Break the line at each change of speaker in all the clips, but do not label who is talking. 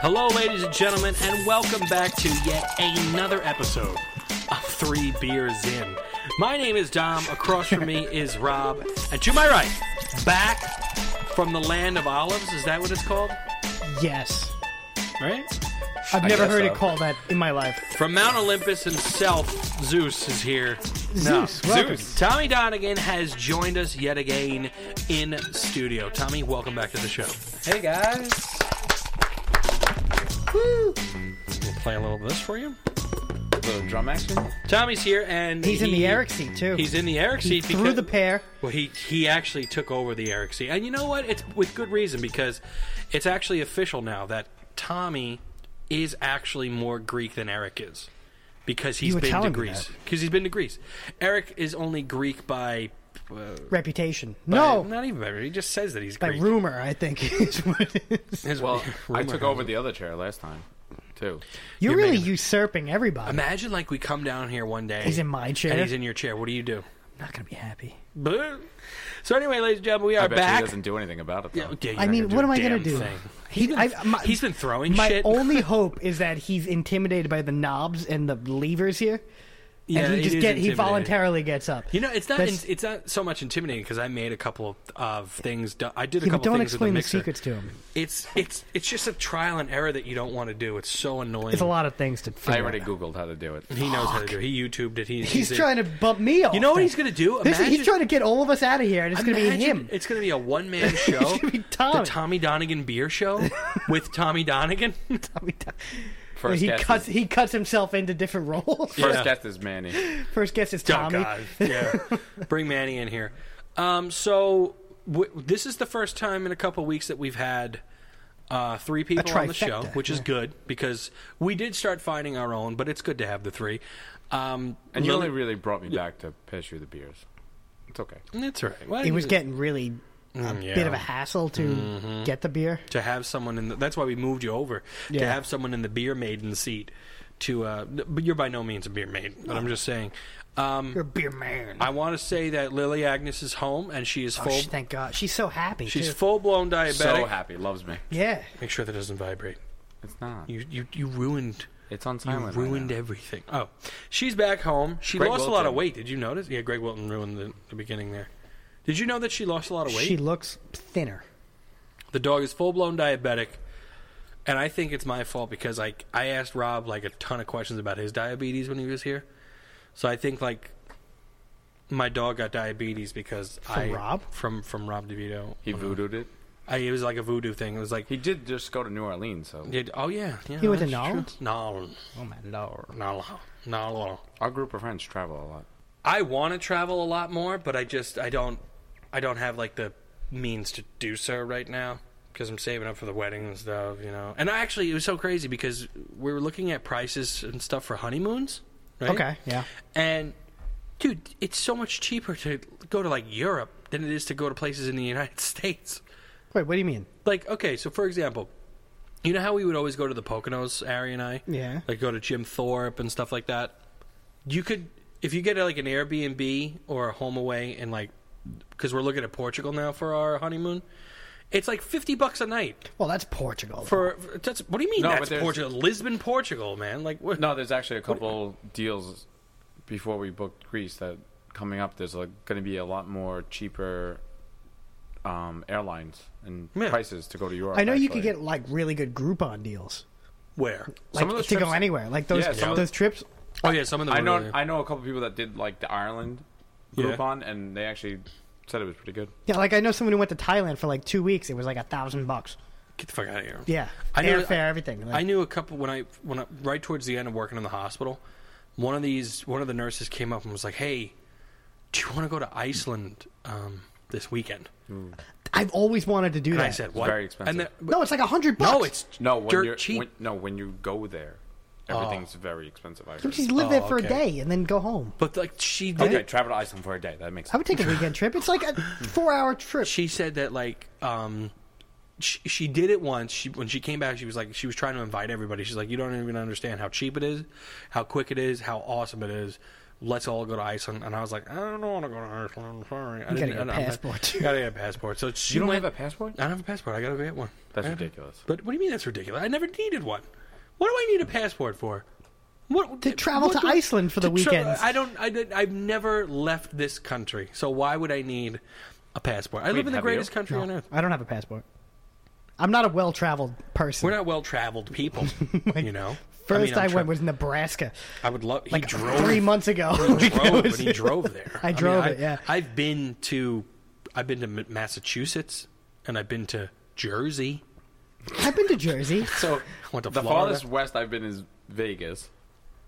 Hello, ladies and gentlemen, and welcome back to yet another episode of Three Beers In. My name is Dom. Across from me is Rob, and to my right, back from the land of olives. Is that what it's called?
Yes.
Right?
I've never
guess
heard
so.
it called that in my life.
From Mount Olympus himself, Zeus is here.
Zeus, welcome.
Zeus.
Tommy Donegan has joined us yet again in studio. Tommy, welcome back to the show.
Hey guys.
We'll play a little of this for you.
The drum action.
Tommy's here, and
He's in
he-
the Eric seat too.
He's in the Eric seat
Through the pair.
Well, he he actually took over the Eric seat, and you know what? It's with good reason because it's actually official now that Tommy is actually more Greek than Eric is because he's
were
been to
telling me
Greece. Because he's been to Greece. Eric is only Greek by
Reputation. no,
not even by he just says that he's
by
Greek.
rumor, I think is what it is.
His-
Well, I
rumor
took
has
over
it.
the other chair last time, too.
You're,
You're
really
making-
usurping everybody. I'm
Imagine like we come down here one day.
He's in my chair.
and he's in your chair. What do you do?
not gonna be happy.
Boo. So anyway, ladies and gentlemen, we are
I bet
back.
she doesn't do anything about it. Though.
Yeah, yeah, you're
I
not
mean,
gonna
what
do
am
a
I gonna
damn
do?
thing.
He-
He's been,
I've- my-
he's been throwing
My
shit.
only hope is that he's intimidated by the knobs and the levers here,
Yeah,
and he
it
just
is
get he
intimidating.
voluntarily gets up.
You know, it's not
That's-
in, it's not so much intimidating because I made a couple of, of things. do- I did a
Yeah, but
couple things
don't
with
explain
the
the
mixer.
secrets to him.
It's it's it's just a trial and error that you don't want to do. It's so annoying.
It's a lot of things to figure
I already
out.
googled how to do it.
He knows how to do. it. He YouTubed it. He's
He's
he's a-
trying to bump me off.
You know what
then.
he's gonna do?
This-
Imagine-
he's trying to get all of us out of here, and it's going to be
Imagine
him.
It's going to be a one man show.
Oh.
gonna be Tommy.
The Tommy Donegan beer show with Tommy Donegan.
First
he
guess
cuts
is,
he cuts himself into different roles.
first
Yeah.
guess is Manny.
First guess is
Oh,
Tommy.
God. Yeah. Bring Manny in here. Um, so w- this is the first time in a couple weeks that we've had uh, three people on the show,
trifecta,
which is good because we did start finding our own, but it's good to have the three. Um,
And you only
Lily,
really brought me back to piss you the beers. It's okay.
that's all right. Well,
It
you-
was getting really a
Mm,
yeah.
bit of a hassle to
Mm-hmm.
get the beer.
to have someone in. The, that's why we moved you over to
Yeah.
have someone in the beer maiden seat. To uh, but you're by no means a beer maiden, but I'm just saying. Um,
You're a beer man.
I want to say that Lily Agnes is home and she is
Oh,
full.
sh- thank God, she's so happy.
she's
too.
full blown diabetic.
So happy, loves me.
yeah.
Make sure that doesn't vibrate.
It's not.
You you you ruined
It's on
you
silent. right
ruined
now.
everything. Oh, she's back home. She
Greg
lost a lot of
Wilton.
weight. Did you notice? Yeah, Greg Wilton ruined the, the beginning there. Did you know that she lost a lot of weight?
She looks thinner.
the dog is full blown diabetic, and I think it's my fault because like I asked Rob like a ton of questions about his diabetes when he was here, so I think like my dog got diabetes because
From
I
Rob?
from from Rob DeVito.
He voodooed it.
I, it was like a voodoo thing. It was like
He did just go to New Orleans, so
it- oh yeah, yeah.
He went to
that's true. Nolan,
Oh my lord.
Nolan, Nolan.
our group of friends travel a lot.
I want to travel a lot more, but I just I don't I don't have like the means to do so right now because I'm saving up for the wedding and stuff, you know. And I actually it was so crazy because we were looking at prices and stuff for honeymoons, right?
Okay. Yeah.
And dude, it's so much cheaper to go to like Europe than it is to go to places in the United States.
Wait, what do you mean?
Like, okay, so for example, you know how we would always go to the Poconos, Ari and I?
Yeah.
Like go to Jim Thorpe and stuff like that. You could, if you get like an Airbnb or a home away and like, because we're looking at Portugal now for our honeymoon, it's like 50 bucks a night.
Well, that's Portugal.
For, for- that's, what do you mean
No, but
that's
there's-
Portugal? Lisbon, Portugal, man. Like, what?
No, there's actually a couple deals before we booked Greece that coming up. There's like going to be a lot more cheaper um, airlines and
Yeah.
prices to go to Europe.
I know you could
actually.
get like really good Groupon deals,
Where?
like
Some of those
to go
trips-
anywhere. Like those
Yeah, some of
those trips.
Oh, yeah, some of them
I
were
know.
really-
I know a couple people that did like the Ireland
Yeah.
Groupon, and they actually said it was pretty good.
Yeah, like I know someone who went to Thailand for like two weeks. It was like a thousand bucks.
Get the fuck out of here.
Yeah,
I know-
airfare, everything. Like,
I knew a couple when I when I, right towards the end of working in the hospital, one of these one of the nurses came up and was like, "Hey, do you want to go to Iceland um, this weekend?"
I've always wanted to do
And
that.
I said, "What?"
very expensive.
And the-
no, it's like a hundred bucks.
no, it's
No, when
dirt
you're,
cheap. Ah.
When, no, when you go there, everything's very expensive. I heard.
just live there
Oh,
for
okay.
a day and then go home.
but like she did
Okay,
it.
travel to Iceland for a day. That makes
I
sense.
would take a weekend trip. It's like a four-hour trip.
She said that like um, she, she did it once. She when she came back, she was like she was trying to invite everybody. She's like, "You don't even understand how cheap it is, how quick it is, how awesome it is." let's all go to Iceland. And I was like, I don't want to go to Iceland. I'm sorry. I
You gotta
didn't-
get a
I don't- I'm not-
passport.
I gotta get a passport. So she
You don't
went,
have a passport?
I don't have a passport. I gotta go get one.
That's
I have-
ridiculous.
But what do you mean that's ridiculous? I never needed one. What do I need a passport for? What
To travel
what
to
do I-
Iceland for the
to tra-
weekends.
I don't. I, did- I've never left this country, so why would I need a passport? I live in the
have
greatest
you?
country
No,
on earth.
I don't have a passport. I'm not a well traveled person.
We're not well-traveled people, you know.
First I,
mean, I'm tra-
went was Nebraska,
I would love. He
like
drove
three months ago.
He
Like, that
drove,
was
but he
it.
drove there.
I
mean,
drove it, yeah.
I've been to, I've been to Ma- Massachusetts, and I've been to Jersey.
I've been to Jersey.
So I went to
The
Florida.
farthest west I've been is Vegas.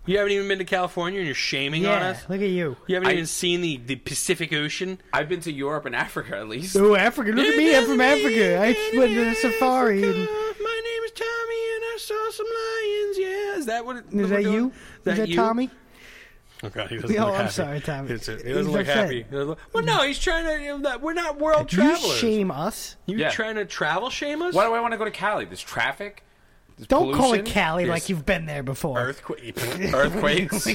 You haven't even been to California, and you're shaming on
yeah,
us.
look at you.
You haven't
I-
even seen the, the Pacific Ocean.
I've been to Europe and Africa at least.
Ooh, Africa. Look at me. I'm from Africa. I
Yeah,
went to
yeah,
a safari.
Africa.
And,
My name is Tommy, and I saw some lions. Yeah, is that what? Oh Is
is that you? Is that
you?
Tommy?
Oh God, he doesn't
Oh,
look
I'm
happy.
sorry, Tommy.
It's- he
He's
doesn't look
upset.
happy. He doesn't look- Well, no, he's trying to. you know, We're not world
You
travelers.
shame us.
You
Yeah.
trying to travel shame us?
Why do I want to go to Cali? There's traffic. There's
Don't call it
pollution,
Cali
there's
like you've been there before.
Earthquake.
earthquakes.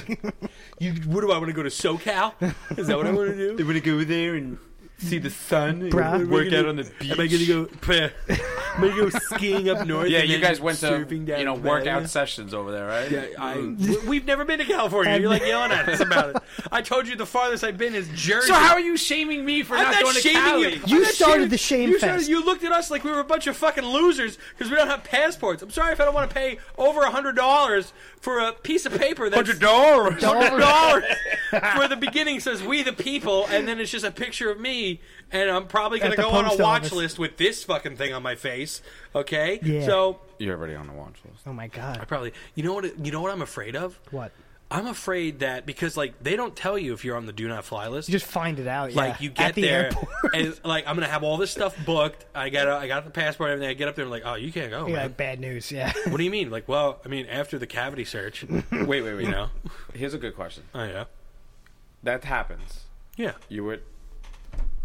you, what do I want to go to SoCal? Is that what I want to do?
want to go there and see the sun,
Bruh.
Am I gonna- Am I gonna go? Am I gonna go skiing up north?
Yeah,
and
you
then
guys went to
surfing down
you know
in Florida?
workout sessions over there, right? Mm.
Yeah, I,
Mm.
we- we've never been to California. You're like yelling at us about it. I told you the farthest I've been is Jersey.
So how are you shaming me for
I'm
not,
not,
going to
shaming
Cali?
you.
You
I'm not
started
shaming-
the shame
you started-
fest.
you looked at us like we were a bunch of fucking losers because we don't have passports. I'm sorry if I don't want to pay over a hundred dollars for a piece of paper. That's
dollars.
hundred dollars for the beginning says "We the People," and then it's just a picture of me, and I'm probably gonna
At the
go on a
post
watch
office.
list with this fucking thing on my face. Okay,
Yeah.
so
You're already on the watch list.
Oh my god.
probably you know what you know what I'm afraid of.
What?
I'm afraid that because like they don't tell you if you're on the do not fly list.
You just find it out.
like
yeah,
you
at
get
the
there
airport.
and like I'm gonna have all this stuff booked. I got I got the passport and everything. I get up there and like, oh, you can't go.
You're
man.
like bad news. Yeah.
What do you mean? Like, well, I mean, after the cavity search,
Wait, wait, wait.
you know.
Here's a good question.
Oh yeah,
That happens.
yeah.
You would.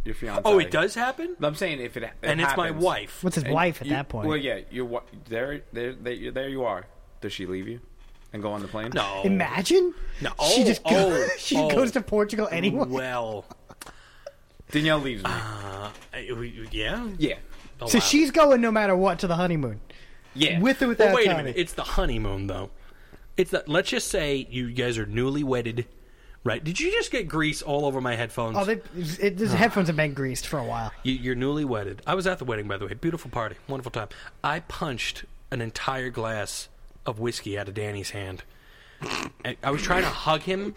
Your fiance.
Oh, it does happen.
I'm saying if it, it
and it's my
happens-
wife.
What's his
And
wife at
you-
that point?
Well, yeah, you're wa- there, there, there, you there you are. Does she leave you and go on the plane?
No.
Imagine.
No.
she just
Oh,
go-
oh,
she
oh.
goes to Portugal anyway.
Well,
Danielle leaves me.
Uh, I- we- yeah.
yeah,
Oh,
So
wow.
she's going no matter what to the honeymoon,
yeah.
with or
Well,
without
wait a
Tommy.
minute. It's the honeymoon, though. It's the, let's just say you guys are newly wedded, right? Did you just get grease all over my headphones?
oh, they, it, his headphones have been greased for a while.
you, you're newly wedded. I was at the wedding, by the way. Beautiful party, wonderful time. I punched an entire glass of whiskey out of Danny's hand. And I was trying to hug him.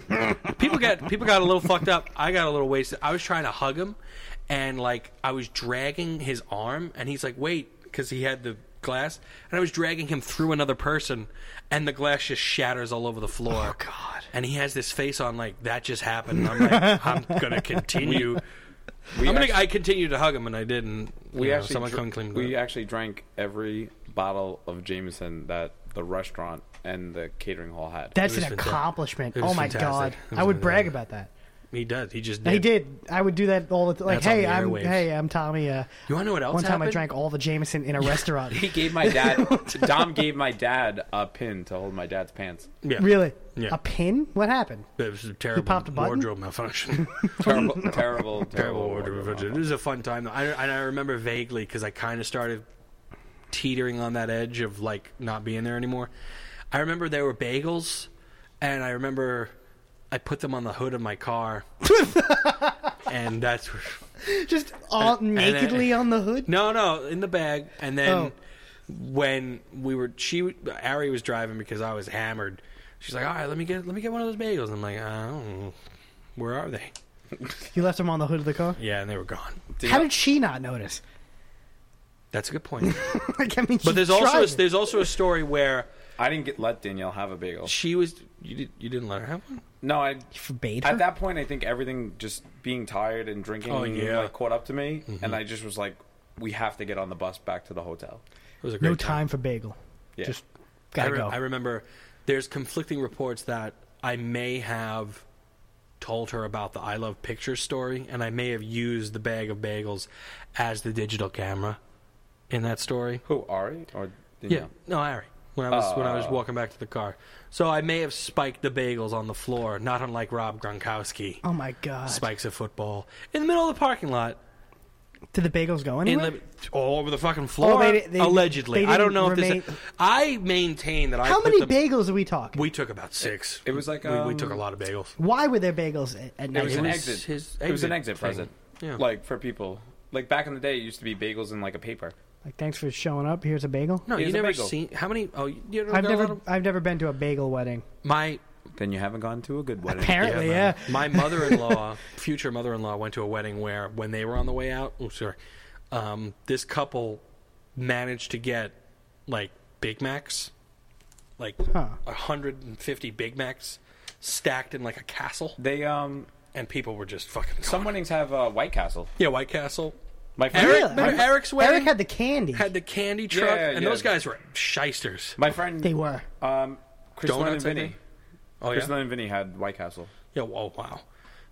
People got people got a little fucked up. I got a little wasted. I was trying to hug him, and like I was dragging his arm, and he's like, "Wait," because he had the glass, and I was dragging him through another person, and the glass just shatters all over the floor.
Oh, God.
And he has this face on like that just happened. And I'm like, I'm gonna continue.
We
I'm
actually-
gonna, I continued to hug him, and I didn't.
we
you know,
actually
someone
dr-
come clean.
we
it up.
actually drank every bottle of Jameson that the restaurant and the catering hall had.
That's an
was fantastic.
accomplishment.
It was
Oh my
fantastic.
god,
It was
I would brag
fantastic.
about that.
he does. He just did.
He did. I would do that all the time. Like,
That's on
hey,
the
I'm
airwaves.
hey, I'm Tommy. Uh,
You want to know what else?
one time I
happened?
drank all the Jameson in a restaurant.
he gave my dad. Dom gave my dad a pin to hold my dad's pants.
Yeah,
Really?
Yeah.
A pin? What happened?
It was a terrible
popped a button?
wardrobe malfunction.
Terrible, terrible, terrible
terrible
order
wardrobe
of
malfunction. It was a fun time. though. I and I remember vaguely because I kind of started teetering on that edge of like not being there anymore. I remember there were bagels, and I remember I put them on the hood of my car, and that's where-
Just all
then-
nakedly on the hood?
No, no, in the bag. And then
Oh.
when we were, she, Ari was driving because I was hammered. She's like, "All right, let me get, let me get one of those bagels." I'm like, "I don't know. Where are they?"
You left him on the hood of the car?
Yeah, and they were gone.
How did she not notice?
That's a good point.
like, I mean,
But there's also a, there's also a story where
I didn't get, let Danielle have a bagel.
she was you did you didn't let her have one.
No, I
forbade her.
At that point, I think everything just being tired and drinking
Oh, yeah. Mm-hmm.
like, caught up to me, and I just was like, "We have to get on the bus back to the hotel."
It was a great
no time for bagel.
Yeah.
Just
I,
gotta
re-
go.
I remember there's conflicting reports that I may have told her about the I Love Pictures story, and I may have used the bag of bagels as the digital camera in that story.
Who Ari or
Yeah, no, Ari. when I was when I was
Mm-hmm. Oh.
walking back to the car. So I may have spiked the bagels on the floor, not unlike Rob Gronkowski
Oh my god!
spikes a football in the middle of the parking lot
Did the bagels go
in
anywhere?
the, all over the fucking floor.
Oh, they di- they-
allegedly,
they
I don't know if this.
didn't remain-
I maintain that I
How
put
many
them-
bagels are we talking?
We took about six.
It was like,
we, we
um,
took a lot of bagels.
Why were there bagels at, at night?
It was an
was
exit.
his
it was an
exit
exit
thing.
present.
Yeah.
Like for people. Like back in the day, it used to be bagels in like a paper.
like, thanks for showing up. Here's a bagel.
No,
Here's
you
a
never
bagel.
seen how many? Oh, you you don't
I've
got a lot
never,
of-
I've never been to a bagel wedding.
my
Then you haven't gone to a good wedding.
Apparently,
man.
yeah.
My mother-in-law, future mother-in-law, went to a wedding where when they were on the way out, oh sorry, um, this couple managed to get like Big Macs, like
Huh.
hundred and fifty Big Macs stacked in like a castle,
They um
and people were just fucking. going.
some weddings have uh, White Castle.
yeah, White Castle
My friend,
Eric-
Really?
remember Eric's wedding?
Eric had the candy.
had the candy truck,
Yeah,
and
yeah.
those guys were shysters.
my friend,
they were.
um, Chris Lynn and
Donuts, I
Vinny.
think. Oh
Chris
yeah,
Lynn and Vinny had White Castle.
yeah. Oh wow.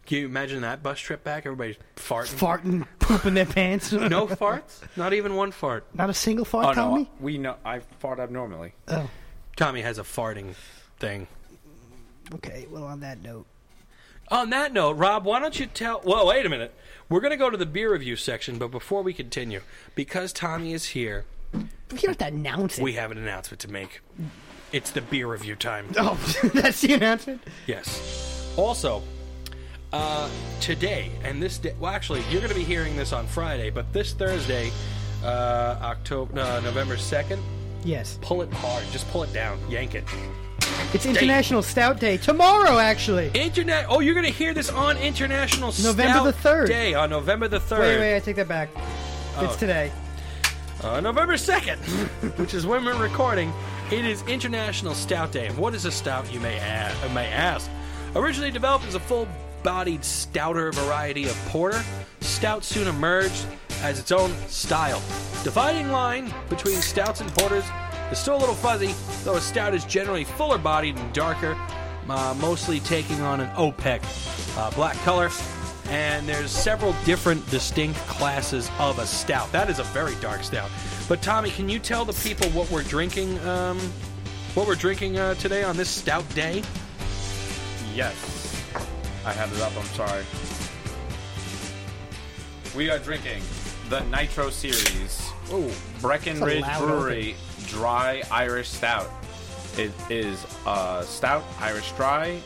Can you imagine that bus trip back? Everybody's farting.
Farting, pooping their pants.
no farts. Not even one fart.
Not a single fart,
Oh,
Tommy.
no, we know. I fought abnormally.
Oh,
Tommy has a farting thing.
okay. Well, on that note,
On that note, Rob, why don't you tell? Well, wait a minute. We're going to go to the beer review section, but before we continue, because Tommy is here,
you don't have to announce it.
we have an announcement to make. It's the beer review time.
oh, that's the announcement.
Yes. Also, uh, today and this day. Well, actually, you're going to be hearing this on Friday, but this Thursday, uh, October, uh, November second.
Yes,
Pull it hard. Just pull it down. Yank it.
it's International Stout Day tomorrow. Actually,
Internet. Oh, you're going to hear this on International
November
Stout
the 3rd.
Day on November the third.
wait, wait. I take that back.
Oh.
It's today.
Uh, November 2nd, which is when we're recording, it is International Stout Day. And what is a stout, you may, a- uh, may ask? Originally developed as a full bodied, stouter variety of porter, stout soon emerged as its own style. Dividing line between stouts and porters is still a little fuzzy, though a stout is generally fuller bodied and darker, uh, mostly taking on an OPEC uh, black color. And there's several different distinct classes of a stout. That is a very dark stout. But Tommy, can you tell the people what we're drinking? Um, what we're drinking uh, today on this stout day?
Yes, I had it up. I'm sorry. We are drinking the Nitro Series
Oh,
Breckenridge
That's a loud
Brewery Dry Irish Stout. It is a stout Irish dry,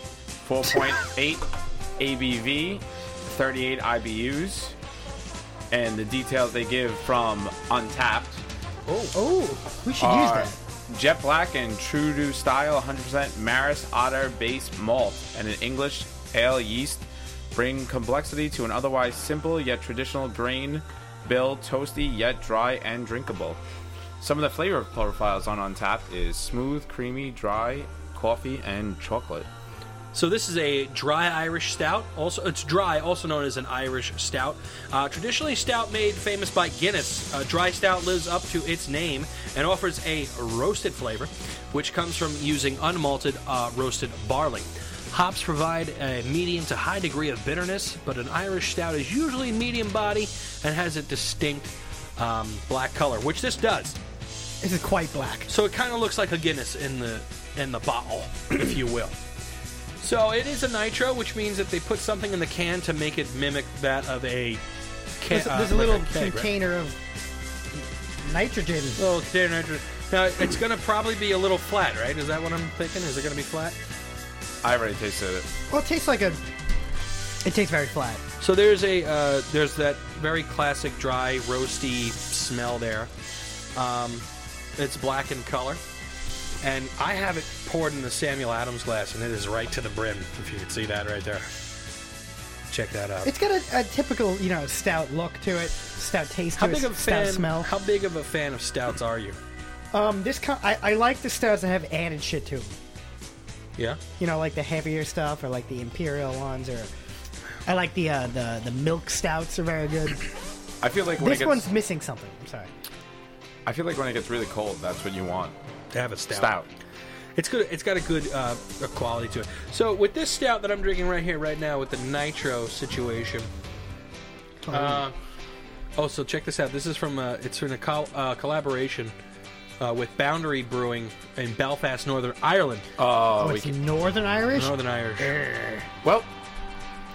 4.8 ABV, 38 IBUs, and the details they give from Untapped
Oh, we should use
are
that.
jet black and true to style, 100% Maris Otter base malt and an English ale yeast bring complexity to an otherwise simple yet traditional grain bill, toasty yet dry and drinkable. Some of the flavor profiles on Untapped is smooth, creamy, dry, coffee, and chocolate.
So this is a dry Irish stout. Also, it's dry, also known as an Irish stout. Uh, traditionally, stout made famous by Guinness. Uh, dry stout lives up to its name and offers a roasted flavor, which comes from using unmalted uh, roasted barley. Hops provide a medium to high degree of bitterness, but an Irish stout is usually medium body and has a distinct um, black color, which this does.
This is quite black.
So it kind of looks like a Guinness in the in the bottle, if you will. So it is a nitro, which means that they put something in the can to make it mimic that of a can.
There's,
uh,
there's a
like
little
keg, right?
container of nitrogen.
Little container nitro. Now it's going to probably be a little flat, right? Is that what I'm thinking? Is it going to be flat?
I already tasted it.
Well, it tastes like a. It tastes very flat.
So there's a uh, there's that very classic dry roasty smell there. Um, it's black in color, and I have it poured in the Samuel Adams glass, and it is right to the brim. If you can see that right there, check that out.
It's got a, a typical, you know, stout look to it, stout taste
how
to it,
big of a
stout
fan?
smell.
How big of a fan of stouts are you?
um, this kind, I, I like the stouts that have added shit to them.
Yeah.
You know, like the heavier stuff, or like the imperial ones, or I like the uh, the the milk stouts are very good.
I feel like when
this
it
one's
gets,
missing something. I'm sorry.
I feel like when it gets really cold, that's what you want.
To have a stout.
Stout.
It's good. It's got a good uh, a quality to it. So with this stout that I'm drinking right here, right now, with the nitro situation. Uh, oh, so check this out. This is from uh, it's from a col- uh, collaboration uh, with Boundary Brewing in Belfast, Northern Ireland.
Oh,
Oh,
we
it's
can-
Northern Irish.
Northern Irish.
well,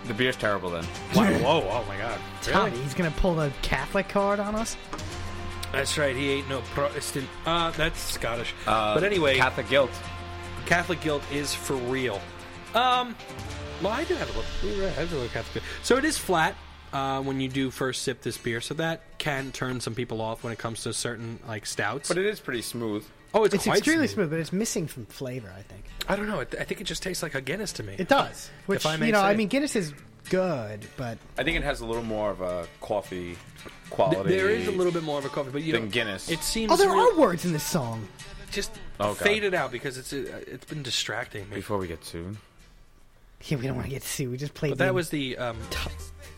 the beer's terrible then.
Wow, whoa, oh my God.
Tommy, he's gonna pull the Catholic card on us.
That's right, he ain't no Protestant. Uh, that's Scottish. but anyway,
Catholic guilt.
Catholic guilt is for real. Um, well, I do have a little, we have a little Catholic guilt. So it is flat uh, when you do first sip this beer, so that can turn some people off when it comes to certain like stouts.
But it is pretty smooth.
oh, it's,
It's
quite
extremely smooth. but it's missing some flavor. I think
I don't know. It, I think it just tastes like a Guinness to me.
it does. Which
if I may
you know,
say.
I mean, Guinness is good, but
I think it has a little more of a coffee quality.
there is a little bit more of a coffee, but you
Oh, Than
know,
Guinness.
It seems
oh, there
real-
are words in this song.
just
Oh, God.
fade it out because it's uh, it's been distracting me.
Before we get sued,
Yeah, we don't want to get sued. We just played.
But that
the-
was the um,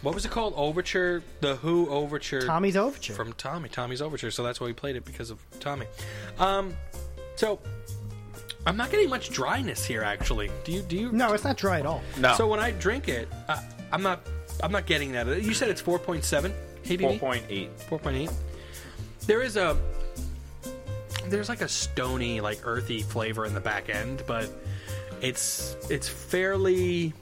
what was it called? Overture, the Who overture.
Tommy's overture.
from Tommy, Tommy's Overture. So that's why we played it because of Tommy. Um, so I'm not getting much dryness here, actually. Do you? Do you?
no, it's not dry at all.
no.
So when I drink it, I, I'm not. I'm not getting that. You said it's 4.7
four
ABV.
point eight.
4.8. There is a. There's like a stony, like earthy flavor in the back end, but it's it's fairly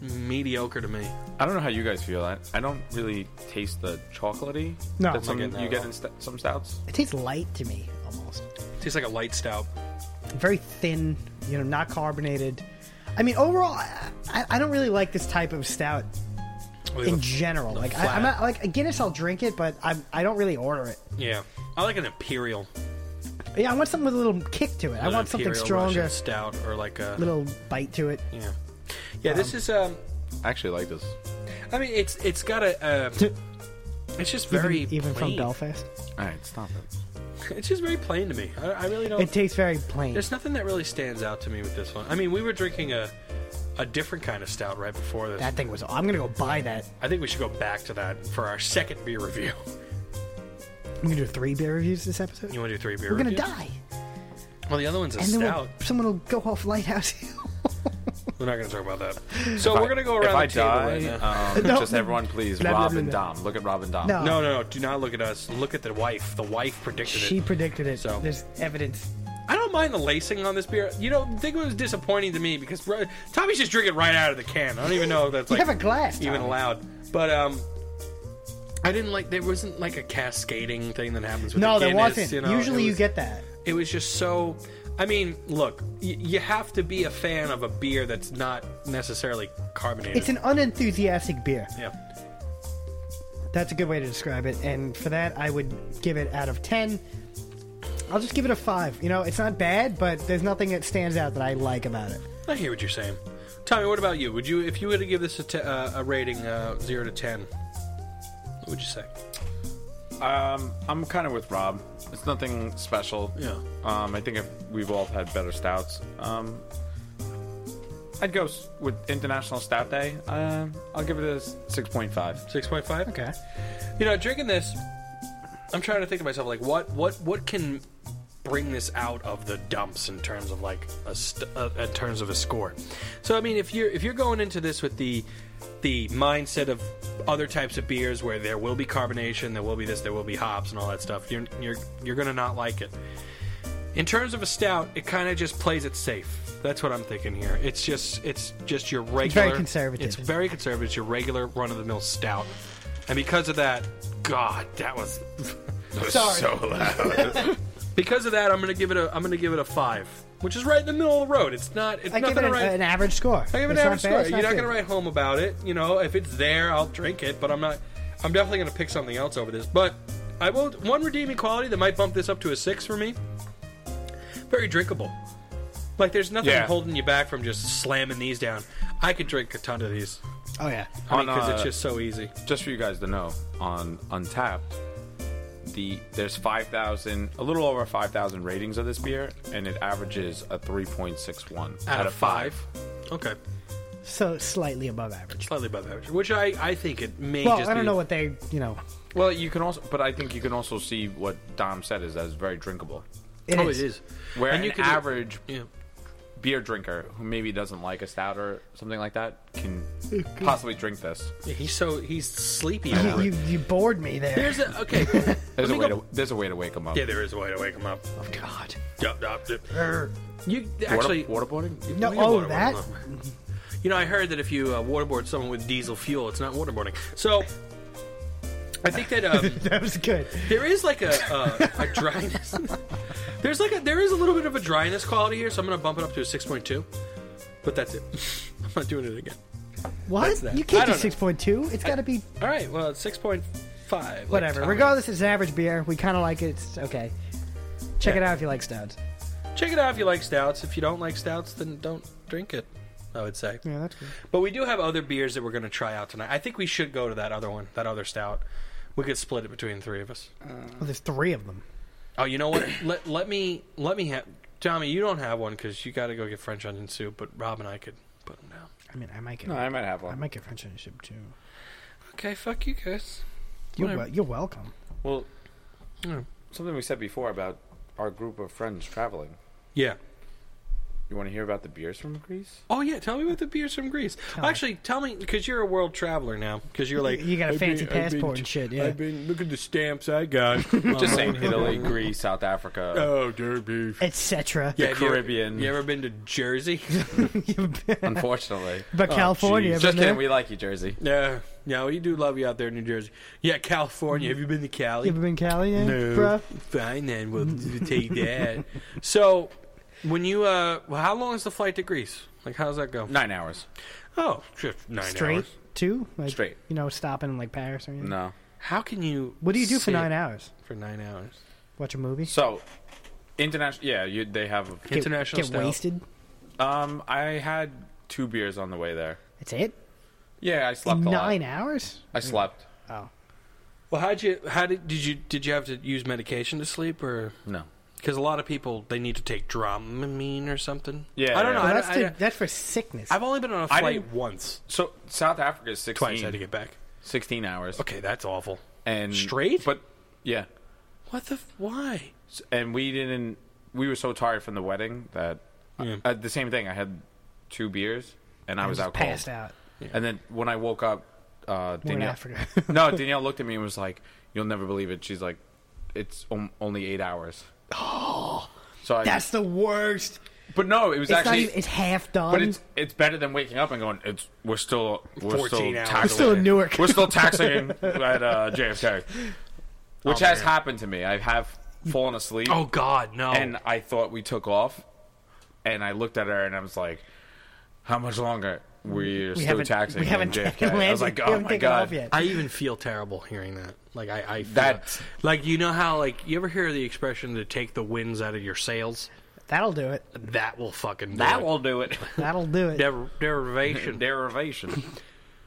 mediocre to me.
I don't know how you guys feel. I, I don't really taste the chocolatey.
No.
that
I'm
some,
not getting that
you
at
get
all.
in st- some stouts.
It tastes light to me almost.
tastes like a light stout.
very thin, you know, not carbonated. I mean, overall, I, I- I don't really like this type of stout in general. Like, I, I'm
flat.
not like a Guinness. I'll drink it, but I'm I don't really order it.
Yeah, I like an imperial.
Yeah, I want something with a little kick to it. I
an
want something
Imperial
stronger,
Russian stout or like a
little bite to it.
yeah, yeah. this is um,
I actually like this.
I mean it's it's got a um, it's just
Even,
very
even from
plain.
Belfast,
All right, stop it.
It's just very plain to me. I, I really don't.
it tastes very plain.
there's nothing that really stands out to me with this one. I mean, we were drinking a a different kind of stout right before this.
that thing was. I'm gonna go buy that.
I think we should go back to that for our second beer review.
I'm gonna do three beer reviews this episode.
You want to do three beer?
We're gonna
reviews?
die,
Well, the other one's a
and then
stout.
we'll, someone will go off Lighthouse Hill.
We're not gonna talk about that. So we're gonna go around the
if
table
I
right now.
die, um,
No.
just everyone, please.
No, no,
Rob
no,
and
no.
Dom. Look at Rob and Dom.
No.
no, no, no! Do not look at us. Look at the wife. The wife predicted it.
She predicted it.
So-
There's evidence.
I don't mind the lacing on this beer. You know, the thing that was disappointing to me because ri- Tommy's just drinking right out of the can. I don't even know if that's
You
like
have a glass,
even
Tommy.
allowed. But um, I didn't like there wasn't like a cascading thing that happens with
No,
the
there
Guinness,
wasn't.
You know?
Usually,
it
you
was-
get that.
it was just so. I mean, look, y- you have to be a fan of a beer that's not necessarily carbonated.
It's an unenthusiastic beer.
yeah.
That's a good way to describe it. And for that, I would give it out of 10. I'll just give it a 5. You know, it's not bad, but there's nothing that stands out that I like about it.
I hear what you're saying. Tommy, what about you? Would you, if you were to give this a, te- uh, a rating uh, zero to ten, what would you say?
Um, I'm kind of with Rob. It's nothing special.
Yeah.
Um, I think if we've all had better stouts. Um, I'd go s- with International Stout Day. Um, I'll give it a s- 6.5.
Six point five. You know, drinking this, I'm trying to think to myself like, what, what, what can bring this out of the dumps in terms of like a st- uh, in terms of a score. So I mean, if you're if you're going into this with the the mindset of other types of beers where there will be carbonation, there will be this, there will be hops and all that stuff, you're you're you're gonna not like it. In terms of a stout, it kind of just plays it safe. That's what I'm thinking here. It's just it's just your regular.
very conservative.
It's very conservative. It's your regular run of the mill stout, and because of that, God, that was
Sorry.
because of that, I'm gonna give it a I'm gonna give it a five, which is right in the middle of the road. It's not it's
I give
nothing
it
to
an,
write.
an average score.
I give it an
It's
average
not bad,
score.
it's
You're not
good.
gonna write home about it. You know, if it's there, I'll drink it, but I'm not. I'm definitely gonna pick something else over this. But I will one redeeming quality that might bump this up to a six for me. Very drinkable. Like there's nothing
Yeah.
holding you back from just slamming these down. I could drink a ton of these
Oh, yeah.
because
On, uh,
it's just so easy.
just for you guys to know, on Untapped, the there's five thousand, a little over five thousand ratings of this beer, and it averages a three point six one
Out, of five. Okay,
So slightly above average.
slightly above average, which I I think it may.
Well,
just
I don't
be-
know what they, you know.
Well, you can also, but I think you can also see what Dom said is that it's very drinkable.
It
oh,
is.
it is.
Where
And you
an
can-
average
Yeah.
beer drinker who maybe doesn't like a stout or something like that can possibly drink this.
He's so he's sleepy. Over
You,
it.
you bored me there.
There's a okay. Let
There's a
me
way
go-
to there's a way to wake him up.
Yeah, there is a way to wake him up.
oh God.
Yup, yup, yup.
Err.
You
Water-
actually
waterboarding.
No,
We can
oh
waterboard
that.
them. You know, I heard that if you uh, waterboard someone with diesel fuel, it's not waterboarding. So, I think that um,
That was good.
there is like a, uh, a, a dryness. There's like a there is a little bit of a dryness quality here, so I'm gonna bump it up to a 6.2. But that's it. I'm not doing it again.
What?
that.
You
I
can't do
don't know.
six point two. It's got to be
All right, well, it's 6.5. like
whatever.
Tommy.
Regardless, it's an average beer. We kind of like it. It's okay. Check
Yeah.
it out if you like stouts.
Check it out if you like stouts. If you don't like stouts, then don't drink it. I would say.
Yeah, that's good.
But we do have other beers that we're going to try out tonight. I think we should go to that other one, that other stout. We could split it between the three of us.
Well, there's three of them.
Oh, you know what? let let me let me have Tommy. You don't have one because you got to go get French onion soup. But Rob and I could put them down.
I mean, I might get.
No, I might have
I
one.
might get French onion soup too.
Okay, fuck you guys.
You're,
Whatever.
wel- you're welcome.
Well,
Yeah.
something we said before about our group of friends traveling.
Yeah.
You want to hear about the beers from Greece?
Oh yeah. Tell me about the beers from Greece. Actually, tell me because you're a world traveler now. Because you're like
You got a
"I've
fancy
been- I've
passport
been-
and shit, yeah."
I've been look at the stamps I got.
Just saying, Italy, Greece, South Africa,
Oh, derby.
Etc.
Yeah, have you ever-
Caribbean.
You ever been to Jersey?
unfortunately.
But California,
Just
been there?
kidding. We like you, Jersey.
Yeah, yeah, we do love you out there in New Jersey. Yeah, California. Have you been to Cali?
You ever been Cali, yeah, bruh?
Fine then, we'll take that. so, when you uh, well, how long is the flight to Greece? Like, how does that go?
Nine hours
Oh, just nine
Straight
hours.
too? Like,
straight.
You know, stopping in like Paris or anything.
No.
How can you?
What do you do for
sit
nine hours?
For nine hours,
Watch a movie?
So, international. Yeah, you, they have.
Get-
international
Get
style.
wasted?
Um, I had two beers on the way there.
That's it?
Yeah, I slept a
Nine
lot.
hours?
I slept.
Oh.
Well, how'd you? How did did you did you have to use medication to sleep or?
No.
Because a lot of people they need to take Dramamine or something.
Yeah,
I don't know.
yeah.
Well,
I,
that's,
I,
to-
I,
that's for sickness.
have only been on a
I
flight
didn't-
once.
So South Africa is 16,
Twice I had to get back.
16 hours.
Okay, that's awful.
And
Straight?
But yeah,
What the? f- Why?
S- and we didn't. We were so tired from the wedding that
Yeah.
uh, the same thing. I had two beers and I, was
Just
out cold.
passed out.
And then when I woke up, uh,
We're in
Danielle.
Africa.
no, Danielle looked at me and was like, "You'll never believe it." She's like, "It's om- only eight hours." Oh, so I,
that's the worst.
But no, it was
It's
actually.
not even, it's half done.
but it's it's better than waking up and going. It's we're still we're still
14 hours.
We're still in Newark.
We're still taxiing at uh, JFK, which
Oh,
has
man.
happened to me. I have fallen asleep,
Oh God, no!
and I thought we took off, and I looked at her and I was like, "How much longer? We're still
haven't-
taxiing
we haven't
in JFK." I
landed.
was like,
We
"Oh
haven't
my
taken off
god!"
yet.
I even feel terrible hearing that. Like I, I feel,
That's-
like you know how like you ever hear the expression to take the winds out of your sails?
That'll do it.
That will fucking do
That
it.
will do it.
That'll do it.
Der- derivation.
Derivation.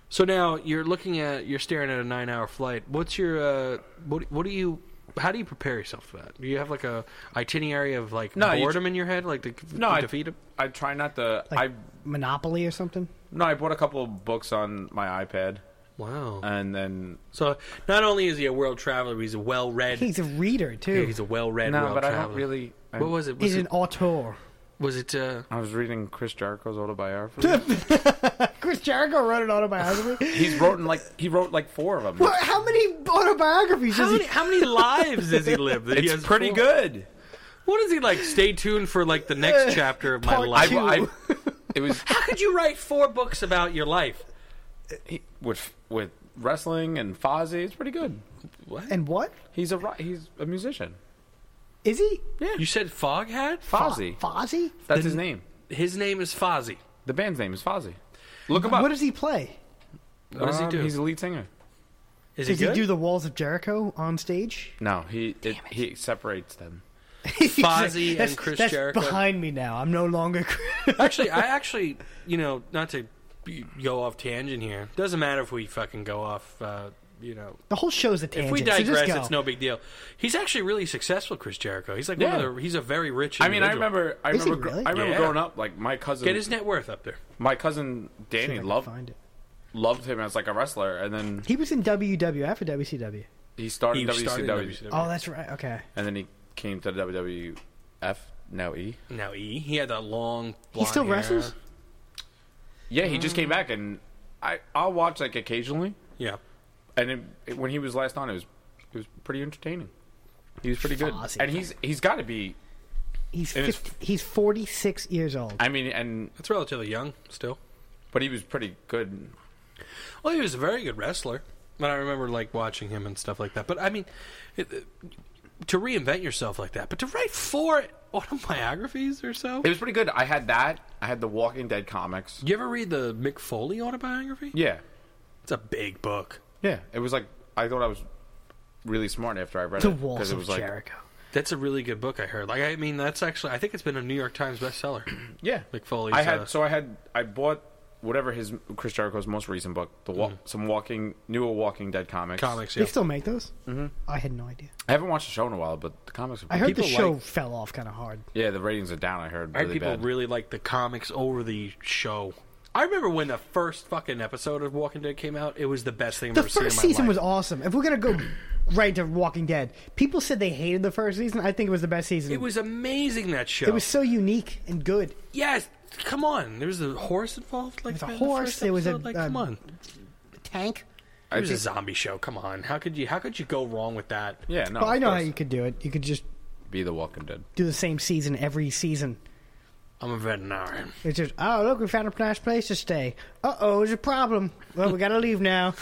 so now you're looking at you're staring at a nine hour flight. What's your uh, what what do you how do you prepare yourself for that? Do you have like a itinerary of like
No, you
boredom in your head, like the
No, I-
defeat him?
I try not to.
Like
I
Monopoly or something?
no. I bought a couple of books on my iPad,
Wow.
and then
so not only is he a world traveler, he's a well read.
He's a reader, too.
he's a well read
no,
world
but I
traveler.
don't really. I,
What was it? Was
He's
it,
an auteur.
was it uh,
I was reading Chris Jericho's autobiography.
Chris Jericho wrote an autobiography.
He's wrote in like he wrote like four of them.
What- How many autobiographies
How
is
many,
he?
how many lives does he live? that he
It's
has
pretty
four?
good.
What is he like? Stay tuned for like the next chapter of my
Part
life.
two.
I, I, it was
How could you write four books about your life?
he, with with wrestling and Fozzy. It's pretty good.
What?
And what?
He's a ri- he's a musician.
Is he?
Yeah,
you said Fog had?
Fozzy.
Fozzy?
That's
the-
his name.
His name is Fozzy.
The band's name is Fozzy. Look him up.
What does he play?
What does he
Um,
do?
He's a lead singer.
Is
Does
he
he,
good?
do the walls of Jericho on stage?
No, he it, he separates them.
He's like,
Fozzy and
that's,
Chris
that's
Jericho."
behind me now. I'm no longer.
actually, I actually, you know, not to be- go off tangent here. Doesn't matter if we fucking go off. Uh, you know,
the whole show's a tangent.
if we
so just
digress,
go.
it's no big deal. He's actually really successful, Chris Jericho. He's like one
Yeah.
of the. He's a very rich.
I mean, I
individual.
remember I
Is he
remember gr-
really?
I remember
Yeah.
growing up like my cousin
Get his net worth up there.
my cousin
See if I
Danny
can
loved
find it.
loved him as like a wrestler, and then
He was in WWF or WCW.
he started
He
WCW,
started in WCW.
Oh, that's right. Okay.
and then he came to WWF now E.
Now E, he had that long. Blonde
still
hair.
wrestles? Mm.
Yeah, he just came back and I I'll watch like occasionally,
Yeah.
and it, it- when he was last on, it was it was pretty entertaining. He was pretty good,
Fozzie.
and he's he's got to be.
He's
It is-
50, he's 46 years old.
I mean, and
That's relatively young still.
but he was pretty good.
Well, he was a very good wrestler. But I remember like watching him and stuff like that. But I mean, it, to reinvent yourself like that, but to write four autobiographies or so.
It was pretty good. I had that. I had the Walking Dead comics.
You ever read the Mick Foley autobiography?
Yeah,
It's a big book.
yeah. It was like I thought I was really smart after I read
the
it
Walls
it
of
was like
Jericho.
That's a really good book. I heard. Like, I mean, that's actually. I think it's been a New York Times bestseller.
yeah,
Mick Foley's,
I had
uh,
so I had I bought whatever his Chris Jericho's most recent book, the wa- some Walking newer Walking Dead comics.
Comics.
They
Yeah.
still make those? Mm-hmm. I had no idea.
I haven't watched the show in a while, but the comics. Are
I heard
people
the show
Like,
fell off kind of hard.
yeah, the ratings are down. I heard.
I heard
really
people
bad.
really like the comics over the show. I remember when the first fucking episode of Walking Dead came out. It was the best thing I've
The
ever seen in my
first season
life.
was awesome. If we're gonna go right to Walking Dead, people said they hated the first season. I think it was the best season.
It was amazing that show.
It was so unique and good.
Yes, come on. There was a horse involved. Like
There was a
in the first
horse, there was a-
episode? like, come
um,
on.
Tank.
It was a
think-
zombie show. Come on. How could you? How could you go wrong with that?
Yeah, no.
Well, I
of
know how
course.
you could do it. You could just
be the Walking Dead.
do the same season every season.
I'm a veterinarian.
It's just, oh look, we found a nice place to stay. Uh oh, there's a problem. Well, we gotta leave now.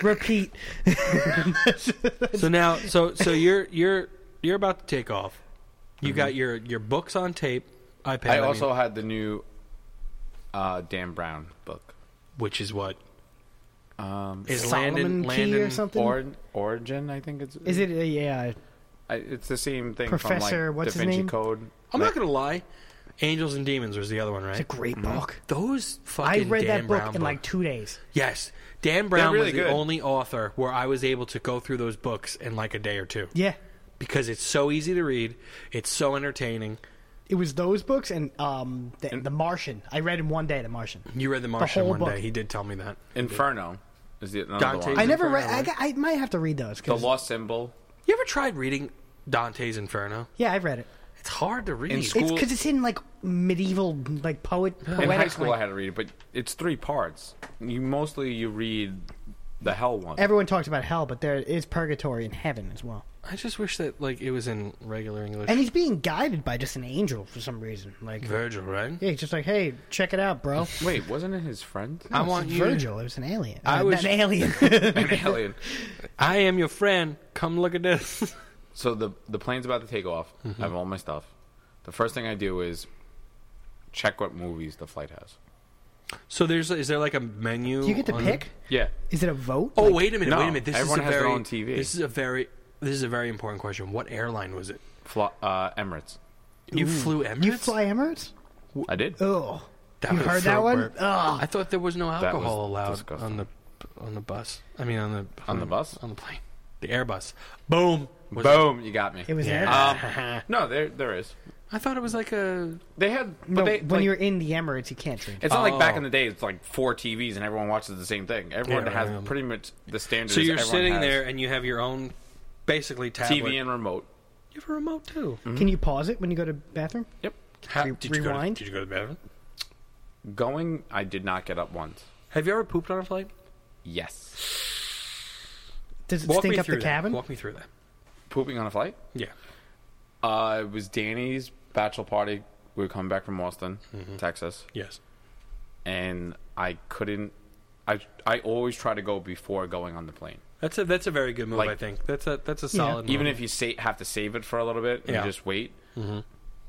Repeat.
so now, so so you're you're you're about to take off. You got your your books on tape, iPad,
Mm-hmm. I
mean,
also had the new uh, Dan Brown book,
which is what
um,
is Landon
Solomon Key
Landon
or something.
or, Origin. I think it's
Is it? Uh, yeah.
I, it's the same thing. from
Professor,
like
what's
Da
his
Vinci
name?
Code.
I'm not gonna lie. Angels and Demons was the other one,
It's a
right?
great book.
Those
I
Mm-hmm. fucking
read
Dan
that book
Brown
in like two days.
yes, Dan Brown
really
was the
good.
only author where I was able to go through those books in like a day or two.
Yeah.
because it's so easy to read. It's so entertaining.
It was those books and um, the, the Martian. I read in one day. The Martian.
You read The Martian
whole
one
book.
day. He did tell me that.
Inferno is the another
Dante's-
one.
I
Is it
never
for
read. I,
Halloween?
got- I might have to read those.
the
'cause-
Lost Symbol.
You ever tried reading Dante's Inferno?
yeah, I read it.
It's hard to read.
In school-
It's because it's in like medieval, like poet, poetic.
In high school,
like-
I had to read it, but it's three parts. You mostly you read the Hell one.
everyone talks about hell, but there is purgatory and heaven as well.
I just wish that like it was in regular English.
And he's being guided by just an angel for some reason. Like,
Virgil, right?
yeah, he's just like, hey, check it out, bro.
Wait, wasn't it his friend?
I
It's
want you.
Virgil. It was an alien.
I
Uh,
was-
not an alien.
An alien.
I am your friend. Come look at this.
So the the plane's about to take off. I have all my stuff. The first thing I do is check what movies the flight has.
so there's is there like a menu?
Do you get to
on-
pick?
Yeah.
Is it a vote?
Oh
Like,
wait a minute!
No,
wait a minute! This
everyone
is a
has their
very
own TV.
This is a very this is a very important question. What airline was it?
Fla- uh, Emirates.
You flew Emirates.
you fly Emirates?
I did.
Oh,
That
you
was
heard
so
that one?
weird.
Oh,
I thought there was no
That
alcohol
was
allowed
disgusting.
on the on the bus. I mean, on the
On the bus?
on the plane, the Airbus. Boom. Was it-
Boom! You got me.
it was
Yeah. Uh,
an Emirates.
Um, no, there there is.
I thought it was like a.
They had, but
No,
they
when
like,
you're in the Emirates, you can't drink.
It's not like back
Oh.
in the day. It's like four TVs and everyone watches the same thing. Everyone
Yeah,
has
right.
pretty much the standard.
So you're
everyone
sitting
has.
there and you have your own, basically tablet.
TV and remote.
you have a remote too.
Can you pause it when you go to bathroom?
Yep.
How,
Re-
did you go to-
rewind?
did you go to the bathroom?
Going, I did not get up once.
Have you ever pooped on a flight?
Yes.
Does it
Walk
stink
me
up
through
the
that.
cabin?
Walk me through that.
Pooping on a flight.
Yeah.
Uh, it was Danny's bachelor party. We were coming back from Austin,
Mm-hmm.
Texas,
Yes.
and I couldn't. I I always try to go before going on the plane,
That's a that's a very good move.
Like-
I think that's a that's a solid.
even
move.
if you sa- have to save it for a little bit
Mm-hmm.
and
Yeah. Mm-hmm.
just wait.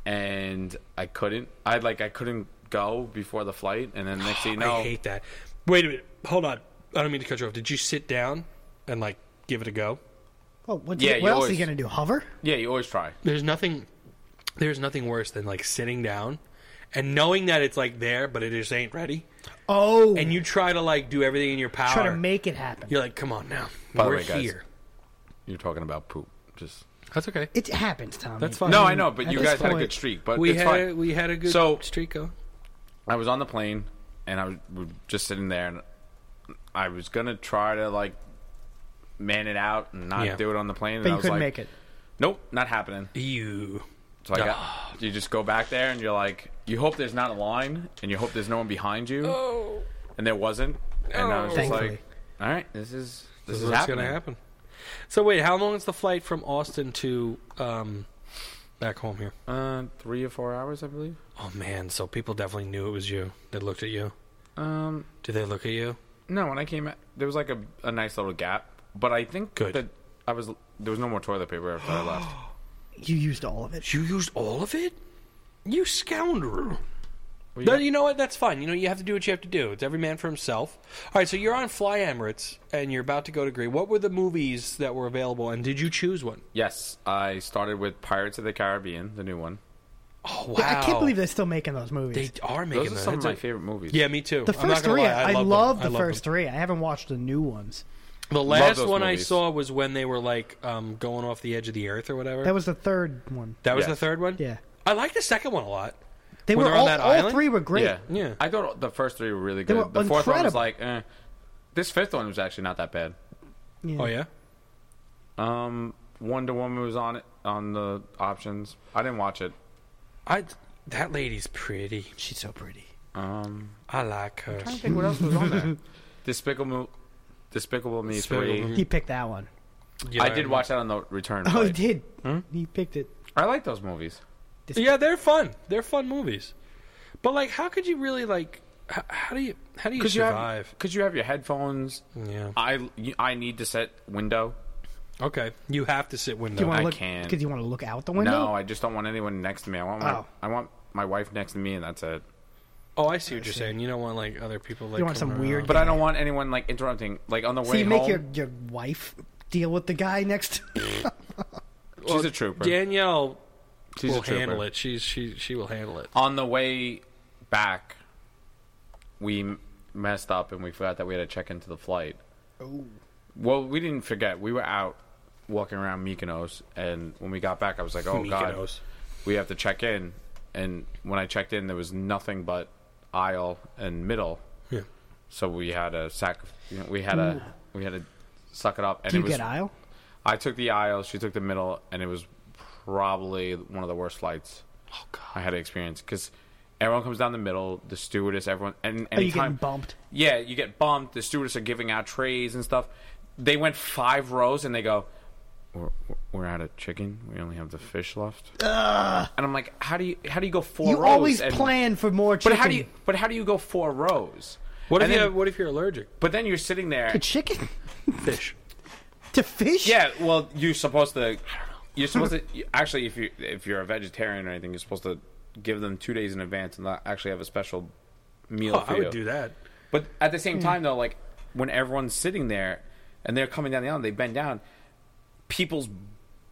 And I couldn't. I like I couldn't go before the flight, and then next thing you know,
I hate that. Wait a minute. Hold on. I don't mean to cut you off. Did you sit down and like give it a go?
Oh, what,
Yeah,
what
you
else are
always-
you gonna do? Hover?
yeah, you always try.
there's nothing there's nothing worse than like sitting down and knowing that it's like there but it just ain't ready
Oh,
and you try to like do everything in your power
try to make it happen.
you're like come on now
By the
we're
way, guys,
here
You're talking about poop. Just
that's okay
It happens, Tommy.
That's fine.
no, I
mean,
know, but
at
you
this
guys had a
point,
good streak. But
we
it's
had
fine.
a, we had a good
So-
streak going
I was on the plane, and I was we were just sitting there, and I was gonna try to like man it out and not
Yeah.
do it on the plane. and
But
I
you
was
couldn't
like,
make it.
Nope, not happening.
you
So I
Ah.
got you just go back there,
Oh.
and you're like, you hope there's not a line, and you hope there's no one behind you, and there wasn't. and I was just
Thankfully.
like, all right, this is this,
This
is
is what's going
happening.
to happen. So wait, how long is the flight from Austin to um, back home here?
Uh, three or four hours, I believe.
Oh man, so people definitely knew it was you. They looked at you.
Um,
Did they look at you?
no, when I came, out, there was like a, a nice little gap, but I think
Good.
that I was there was no more toilet paper after I left.
You used all of it.
You used all of it? You scoundrel.
Well,
No, you know what? That's fine. You know, you have to do what you have to do. It's every man for himself. All right, so you're on Fly Emirates and you're about to go to Greece. What were the movies that were available and did you choose one?
Yes, I started with Pirates of the Caribbean, the new one.
Oh, wow.
I can't believe they're still making those movies.
they are making
Those are
them.
some of
It's
my
like-
favorite movies.
Yeah, me too.
the
I'm not
first
gonna
three,
lie,
I,
them.
love
I
the
them.
first three. I haven't watched the new ones.
The last
those
one I
movies.
saw was when they were like um, going off the edge of the earth or whatever.
That was the third one.
That was
Yes.
the third one.
Yeah.
I like the second one a lot.
They
When
were
they're on
all,
that
all
island?
three were great.
Yeah.
Yeah.
I thought the first three were really
They
good.
were
the fourth one was
incredible.
like, eh. This fifth one was actually not that bad.
Yeah.
Oh yeah.
Um, Wonder Woman was on it on the options. I didn't watch it.
I that lady's pretty.
She's so pretty.
Um,
I like her.
I think what else was on there. Despicable, Despicable Me
Despicable
three.
Me.
He picked that one.
You know
I
what
did
mean?
watch that on the return.
Oh, he
flight.
did. He picked it.
I like those movies.
Yeah, they're fun. They're fun movies. But like, how could you really like? How, how do you? How do you
Because you have,
survive?
because you have your headphones.
Yeah.
I you- I need to set window.
Okay. You have to sit
Do you
window.
want
I
to look?
can't.
Because you want to look out the window.
No, I just don't want anyone next to me. I want my,
Oh.
I want my wife next to me, and that's it.
oh, I see what you're saying. You don't want like other people like.
You want some
coming
weird-
around.
But I don't want anyone like interrupting. Like on the
so
way
you make
home,
your your wife deal with the guy next.
she's a trooper.
Danielle
she's
will
a trooper.
handle it. She's she she will handle it.
On the way back, we m- messed up and we forgot that we had to check into the flight. Well, we didn't forget. We were out walking around Mykonos, and when we got back, I was like, "Oh God,
Mykonos.
we have to check in." And when I checked in, there was nothing but aisle and middle.
Yeah.
So we had a sac. You know, we had a we had to suck it up. And
Do Mm. you
it was,
get aisle?
I took the aisle. She took the middle, and it was probably one of the worst flights
Oh God.
I had to experience because everyone comes down the middle. The stewardess, everyone, and
Are you
anytime
getting bumped?
yeah, you get bumped. The stewardess are giving out trays and stuff. They went five rows and they go, "We're, we're out of chicken. We only have the fish left." And I'm like, "How do you how do you go four
You
rows?"
always
and-
plan for more chicken.
But how do you but how do you go four rows?
What if
And
you?
then-
what if you're allergic?
But then you're sitting there.
to chicken?
Fish.
to fish?
Yeah, well, you're supposed to. You're supposed to you- actually, if you if you're a vegetarian or anything, you're supposed to give them two days in advance and not actually have a special meal
Oh,
for
I
you.
would do that.
But at the
Hmm.
same time, though, like when everyone's sitting there and they're coming down the island, they bend down. People's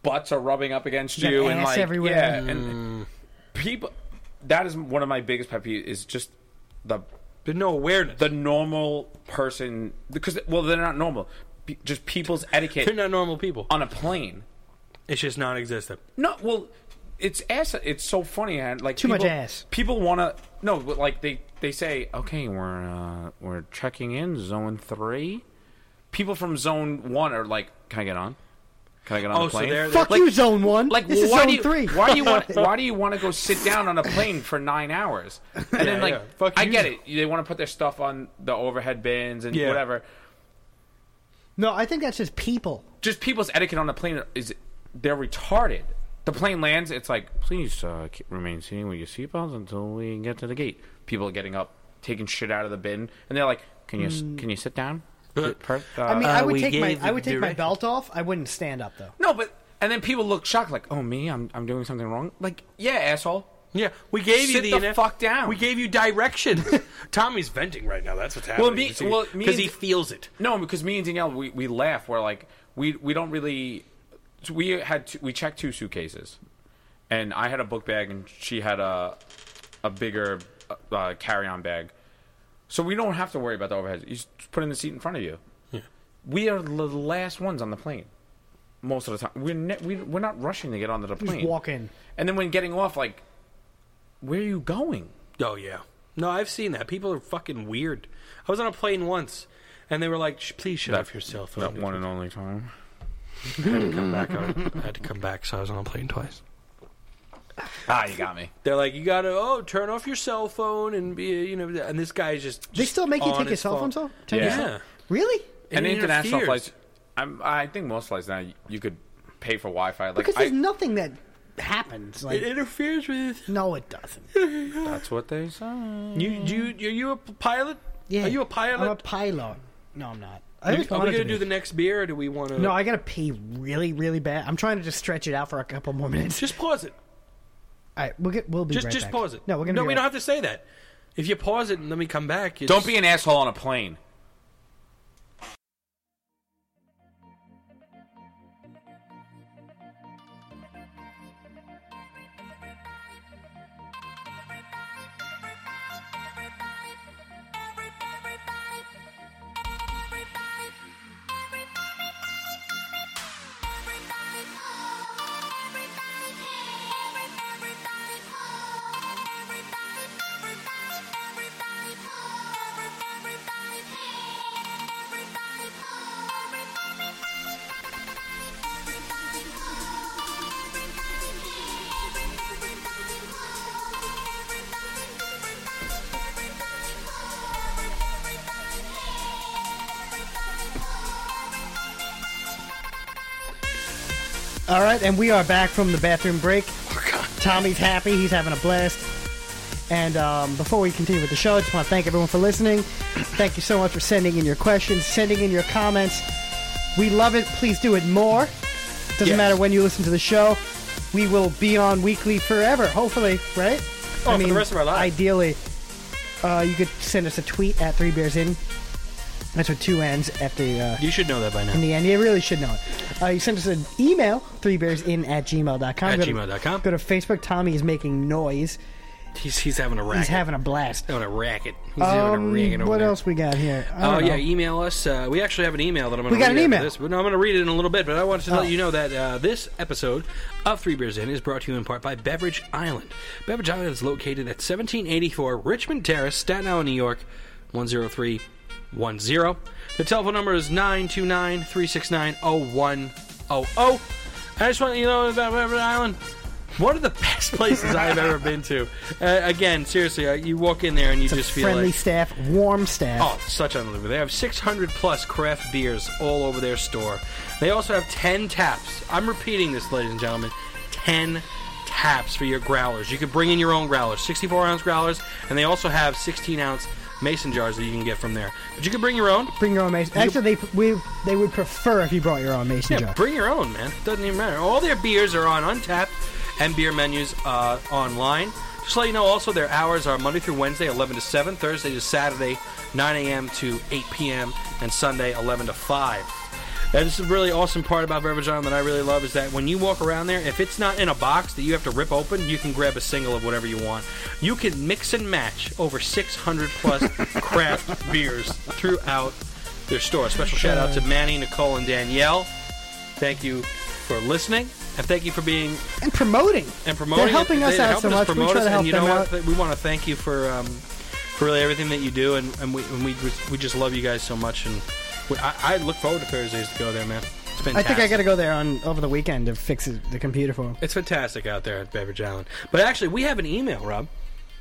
butts are rubbing up against
Got
you, and
ass
like
everywhere.
yeah, and
Mm.
people. That is one of my biggest pet peeves. Is just the
But no awareness.
the normal person because well they're not normal. Pe- Just people's etiquette
They're not normal people.
on a plane.
It's just non-existent.
No, well, it's ass. It's so funny. and, Like
Too
people,
much ass.
People want to no, but, like they they say, okay, we're uh, we're checking in zone three. People from zone one are like, can I get on? Can I get on
Oh,
the
so
plane?
they're-
Fuck
like-
you, zone one.
like
this is
why
zone
do you,
three.
Why do you want why do you want to go sit down on a plane for nine hours? And then like
yeah. Fuck
I
you.
get it. They want to put their stuff on the overhead bins and
Yeah.
whatever.
No, I think that's just people.
just people's etiquette on the plane is they're retarded. The plane lands, it's like, please uh, ke- remain seated with your seatbelts until we get to the gate. People are getting up, taking shit out of the bin, and they're like, can you s can you sit down? Per- uh,
Hmm. I mean, I
Uh,
would
we
take my
gave
I would take my
directions.
belt off. I wouldn't stand up though.
no, but and then people look shocked, like, oh me, I'm I'm doing something wrong. Like, yeah, asshole.
Yeah, we gave you
Sit
the,
the
ina-
fuck down.
We gave you directions. Tommy's venting right now. That's what's happening.
Well, me- well, me
because
and-
he feels it.
No, because me and Danielle, we, we laugh. We're like, we we don't really. so we had two, we checked two suitcases, and I had a book bag, and she had a a bigger uh, carry on bag. So we don't have to worry about the overhead. You just put in the seat in front of you. We are the last ones on the plane. Most of the time, we're ne- we, we're not rushing to get onto the
Just
plane.
walk in.
and then when getting off, like, where are you going?
Oh yeah. No, I've seen that. People are fucking weird. I was on a plane once, and they were like, "Sh- "Please shut off your cell phone."
That one and only time.
I had to come back. I, I had to come back, so I was on a plane twice.
Ah, you got me.
They're like, you gotta oh, turn off your cell phone and be you know. And this guy is just,
They still make you
on
take your
his
cell
phone.
phones off? Turn your
Yeah.
cell- Really?
And
And,
it
international
interferes.
flights, I'm, I think most flights now you could pay for Wi-Fi. Like
Because
I,
there's nothing that happens. Like,
It interferes with.
no, it doesn't.
that's what they say.
You do you are you a pilot?
Yeah.
Are you a
I'm a
pilot?
pilot. No, I'm not. I
Are we
always wanted
going to
be.
do the next beer, or do we want to?
No, I gotta pee really, really bad. I'm trying to just stretch it out for a couple more minutes.
just pause it.
All right, we'll get. We'll be
Just
right
just
back.
pause it.
No, we're gonna.
No, we
be right-
don't have to say that. If you pause it and let me come back, you
Don't
just-
be an asshole on a plane.
All right, and we are back from the bathroom break.
Oh,
Tommy's happy. He's having a blast. And um, before we continue with the show, I just want to thank everyone for listening. Thank you so much for sending in your questions, sending in your comments. We love it. Please do it more. Doesn't
Yes.
matter when you listen to the show. We will be on weekly forever, hopefully, right?
Oh, for the rest of our lives.
Ideally, uh, you could send us a tweet at Three Bears In. That's with two N's at the uh,
You should know that by now.
in the end. You really should know it. Uh, you send us an email, threebearsin at gmail.com.
At
go to,
gmail.com.
Go to Facebook. Tommy is making noise.
He's he's having a racket.
He's having a blast.
having a racket. Oh, He's having a
Um,
racket. over
what
there.
else we got here? I
Oh
don't know.
yeah, email us. Uh, we actually have an email that I'm going to.
We got
read
an
after
email.
This, but no, I'm going to read it in a little bit. But I wanted to
Oh.
let you know that uh, this episode of Three Beers In is brought to you in part by Beverage Island. Beverage Island is located at 1784 Richmond Terrace, Staten Island, New York, 10310. The telephone number is 929 369 0100. I just want you to know about Beverage Island. One of the best places I've ever been to. Uh, again, seriously, uh, you walk in there and you just feel
Friendly
like
staff, warm staff.
Oh, such unbelievable. They have 600 plus craft beers all over their store. They also have 10 taps. I'm repeating this, ladies and gentlemen 10 taps for your growlers. You can bring in your own growlers, 64 ounce growlers, and they also have 16 ounce mason jars that you can get from there. But you can bring your own.
Bring your own mason. Actually, they we they would prefer if you brought your own mason
Yeah,
jar.
bring your own, man. Doesn't even matter. All their beers are on Untapped and beer menus uh, online. Just to let you know, also their hours are Monday through Wednesday, 11 to 7, Thursday to Saturday, 9 a.m. to 8 p.m., and Sunday, 11 to 5. And this is a really awesome part about Beverage Island that I really love is that when you walk around there, if it's not in a box that you have to rip open, you can grab a single of whatever you want. You can mix and match over 600 plus craft beers throughout their store. Special shout out to Manny, Nicole, and Danielle. Thank you for listening, and thank you for being
and promoting.
and promoting.
They're helping
it.
us
They
out
helped
so
us
much. We
promote
try
us,
to help
and you
them
know
out.
What? We want to thank you for um, for really everything that you do, and, and we and we just- we just love you guys so much, and we, I, I look forward to Thursdays to go there, man. It's
I
fantastic.
think I got to go there on over the weekend to fix it- the computer for him.
It's fantastic out there at Beverage Island. But actually, we have an email, Rob.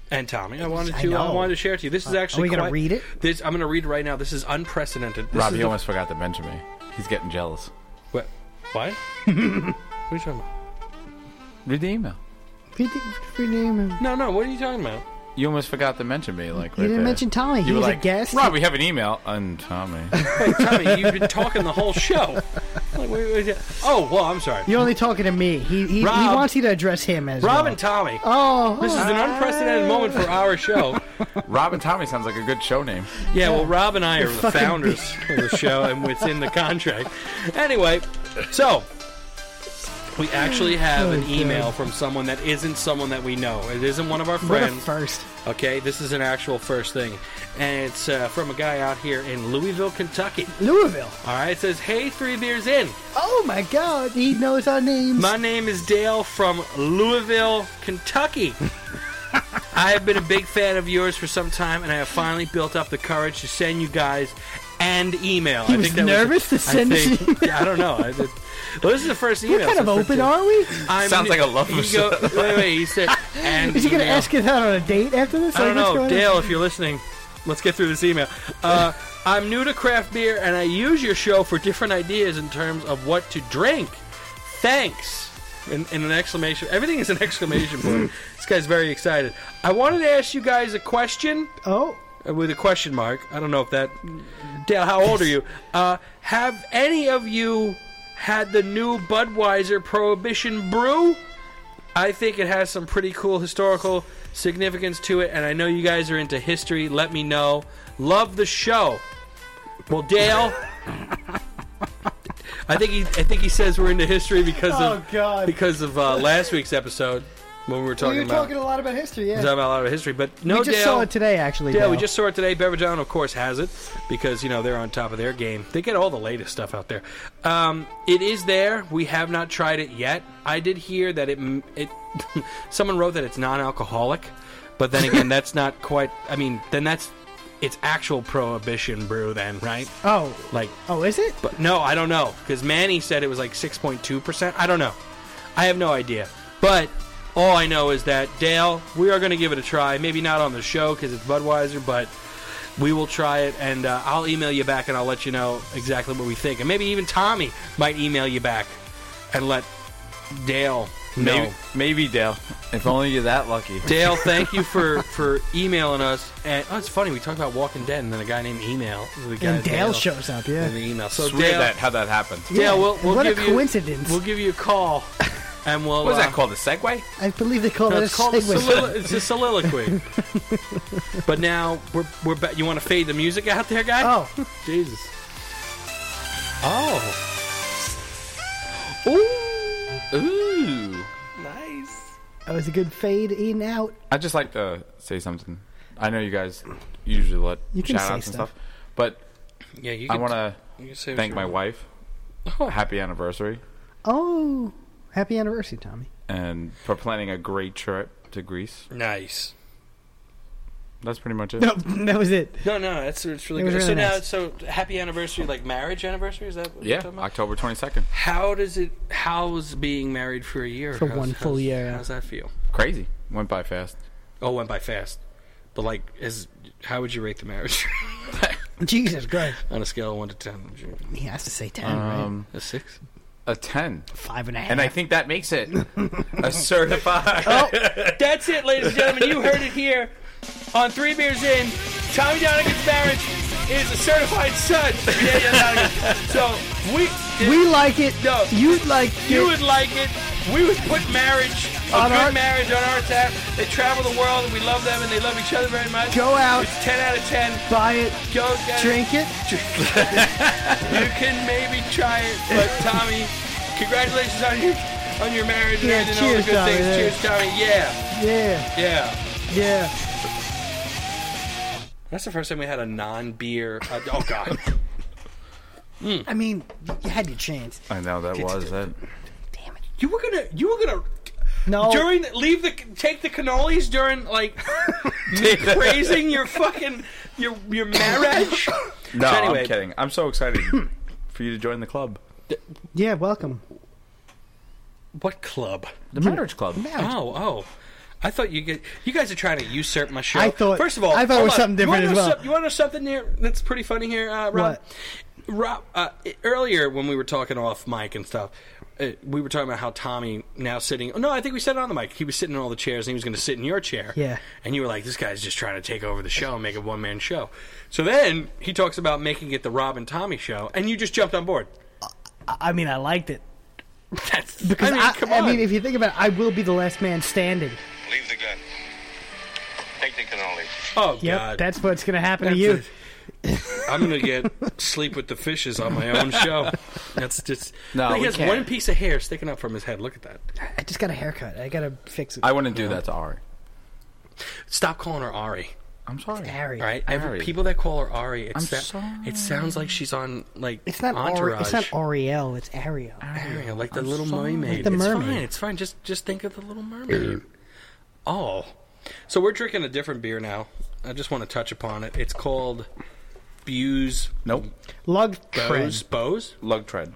And Tommy, I wanted
I
to I,
know. Uh,
wanted to share it to you. This is actually
we gonna
quite-
read it?
This I'm going to read it right now. This is unprecedented. This
Rob,
is
you
the-
almost forgot to mention me. He's getting jealous.
What? What? what are you talking about?
Read the email.
Uh,
We did- we didn't-
No, no. What are you talking about?
You almost forgot to mention me. Like
You
right
didn't
there.
mention Tommy. He
You were
was
like,
a guest.
Rob, we have an email. And Tommy.
Tommy, you've been talking the whole show. Like, wait, wait, yeah. oh, well, I'm sorry.
You're only talking to me. He he, he
Rob.
wants you to address him as
Rob
well.
and Tommy.
Oh,
This is an unprecedented moment for our show.
Rob and Tommy sounds like a good show name.
Yeah, well, Rob and I are the
fucking
founders of the show, and it's in the contract. Anyway, so we actually have an
Oh,
email
God.
from someone that isn't someone that we know. It isn't one of our
what a
friends.
first.
Okay, this is an actual first thing, and it's uh, from a guy out here in Louisville, Kentucky.
Louisville.
All right, it says, "Hey, three beers in."
Oh my God, he knows our names.
My name is Dale from Louisville, Kentucky. I have been a big fan of yours for some time, and I have finally built up the courage to send you guys an email. I
was
think that
nervous to
was,
send
I
us an
think, yeah, I don't know. I did- well, this is the first email.
what kind of
since
open
then.
are we?
I'm-
Sounds like a love
he go- Wait, wait. He said, And
Is he going to
email.
ask you that on a date after this?
I don't
Like, what's
know,
going
Dale, if you're listening, let's get through this email. Uh, I'm new to craft beer, and I use your show for different ideas in terms of what to drink. Thanks. In, in an exclamation, everything is an exclamation point. this guy's very excited. I wanted to ask you guys a question
on? Oh,
uh, with a question mark. I don't know if that. Dale, how old are you? Uh, have any of you had the new Budweiser Prohibition brew? I think it has some pretty cool historical significance to it, and I know you guys are into history. Let me know. Love the show. Well, Dale. I think he, I think he says we're into history because
Oh,
of
God.
because of uh, last week's episode when we were
we
talking
were
about
talking a lot about history.
we
Yeah,
were talking about a lot of history. But no,
we just
Dale,
saw it today, actually.
yeah,
Dale.
we just saw it today. Beverage Island, of course, has it because you know they're on top of their game. They get all the latest stuff out there. Um, it is there. We have not tried it yet. I did hear that it. m- it someone wrote that it's non-alcoholic, but then again, that's not quite. I mean, then that's it's actual prohibition brew, then right?
Oh,
Like
oh, is it?
but no, I don't know because Manny said it was like 6.2 percent. I don't know. I have no idea. But all I know is that Dale, we are going to give it a try. Maybe not on the show because it's Budweiser, but we will try it, and uh, I'll email you back, and I'll let you know exactly what we think, and maybe even Tommy might email you back and let Dale know.
Maybe, maybe Dale. If only you're that lucky.
Dale, thank you for for emailing us. And oh, it's funny we talked about Walking Dead, and then a guy named Email. The guy
And Dale shows up.
in
Yeah.
the email. So
It's weird
Dale,
that how that happened.
yeah,
Yeah,
we'll, we'll
what a
give
coincidence.
You, we'll give you a call, and we'll.
What is
uh,
that called? A segue?
I believe they call
no,
it a
it's called a
segue.
solilo- it's a soliloquy. but now we're we're ba- you want to fade the music out there, guy?
Oh,
Jesus. Oh. Ooh.
Ooh.
Nice.
that was a good fade in out.
I'd just like to say something. I know you guys usually let
You can
shout
say
outs and
stuff.
stuff, but
Yeah, you.
I
can-
want to
you can say what
thank
you
my
want.
wife. Happy anniversary
Oh, happy anniversary, Tommy.
and for planning a great trip to Greece.
Nice.
That's pretty much it.
No, that was it.
No, no, that's it's really
It was
good. so
really
now,
nice.
so happy anniversary, like marriage anniversary. Is that what you're
Yeah,
talking about?
October 22nd.
How does it? How's being married for a year?
For
how's-
one full
how's-
year, yeah.
How's that feel?
Crazy. Went by fast.
Oh, it went by fast. But like, is how would you rate the marriage
Jesus Christ.
on a scale of one to ten? Would you-
He has to say ten,
Uh,
right?
Um,
A six.
a 10.
Five and a half.
And I think that makes it a certified.
Oh. That's it, ladies and gentlemen. You heard it here on Three Beers In. Tommy Donigan's marriage is a certified son. Yeah, yeah, Donegan. So we,
we like it.
No.
You'd like
you
it.
would like it. We would put marriage, a
On
good
our-
marriage, on our tap. They travel the world, and we love them, and they love each other very much.
Go out,
It's ten out of ten.
buy it,
Go get it.
drink it.
You can maybe try it, but Tommy, congratulations on your on your marriage and
Yeah,
all the
cheers,
good
Tommy,
things.
yeah.
Cheers, Tommy. Yeah,
Yeah,
yeah.
yeah.
That's the first time we had a non-beer. Uh, oh God,
I mean, you had your chance.
I know that was it.
you were gonna you were gonna
No.
during leave the take the cannolis during like praising your fucking your your marriage.
No,
So anyway-
I'm kidding. I'm so excited for you to join the club.
yeah, welcome.
What club?
The marriage club.
Oh, oh. I thought you get you guys are trying to usurp my show.
I thought-
first of all,
I thought it
hold
was
on.
something
You wanna
different as
know
well.
some- you want to know something here that's pretty funny here, uh, Rob?
What?
Rob, uh, earlier when we were talking off mic and stuff, uh, we were talking about how Tommy now sitting. No, I think we said it on the mic. He was sitting in all the chairs and he was going to sit in your chair.
Yeah.
And you were like, this guy's just trying to take over the show and make a one man show. So then he talks about making it the Rob and Tommy show, and you just jumped on board.
I I mean, I liked it
That's
because
I mean, come on.
mean, if you think about it, I will be the last man standing.
Leave the gun. Take the cannoli.
oh,
Yep,
God.
that's what's gonna happen to you.
I'm gonna get sleep with the fishes on my own show. That's just
No,
But he
we
has
can't.
one piece of hair sticking up from his head. Look at that.
I just got a haircut. I gotta fix it.
I wouldn't do that to Ari.
Stop calling her Ari.
I'm sorry.
Harry.
All right, Every-
Ari.
people that call her Ari, it,
I'm
sa-
sorry.
it sounds like she's on like
It's not Ari-
Entourage.
It's not Ariel. It's Ariel.
Ariel, like the Little Mermaid.
Like the
it's
mermaid.
fine. It's fine. Just just think of the Little Mermaid. oh, so we're drinking a different beer now. I just want to touch upon it. It's called Buse
Nope.
Lug
Bose
Trend.
Bose.
Lug tread.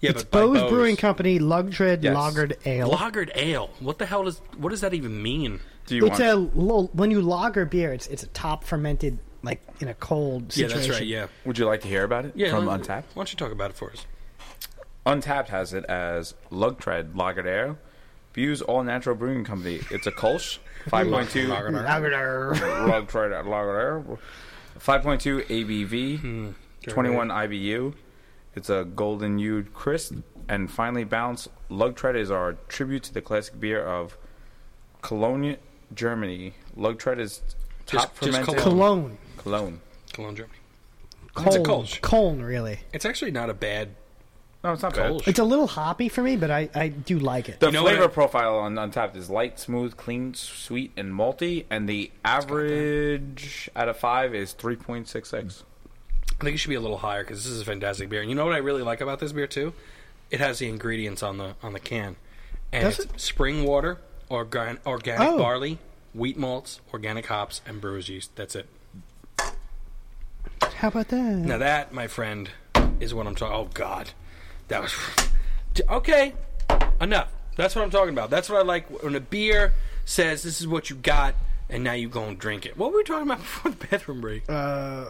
Yeah,
it's
but by
Bose
Bose.
Brewing Company Lugtred
Yes.
Lagered Ale.
Lagered ale. What the hell does what does that even mean?
Do you
it's
want?
a lo- when you lager beer, it's it's a top fermented like in a cold situation.
Yeah, that's right. Yeah,
Would you like to hear about it
yeah.
from
let-
Untapped?
Why don't you talk about it for us?
Untapped
Untapped has it as Lugtred Lagardère, Buse All Natural Brewing Company. It's a Kolsch, 5.2
Lagered.
Lugtred Lagardère, 5.2 ABV,
Hmm.
21 IBU. It's a golden hued crisp and finely balanced. Lugtred is our tribute to the classic beer of Cologne, Germany. Lugtred is
Just-
top
just
fermented
Cologne.
Cologne.
Cologne.
Cologne, Germany. It's a
Cologne.
Kolsch.
Cologne, really.
It's actually not a bad
No, it's not bad.
Kolsch.
It's a little hoppy for me, but I, I do like it.
The
You know what
flavor
I-
profile on Untapped is light, smooth, clean, sweet, and malty, and the average out of five is three point six six.
I think it should be a little higher because this is a fantastic beer. And you know what I really like about this beer too? It has the ingredients on the on the can, and
Does
it's spring water, organ, organic
Oh.
barley, wheat malts, organic hops, and brewer's yeast. That's it.
How about that?
Now that, my friend, is what I'm talking. Oh God, that was okay. Enough. That's what I'm talking about. That's what I like when a beer says this is what you got, and now you go and drink it. What were we talking about before the bathroom break?
Uh,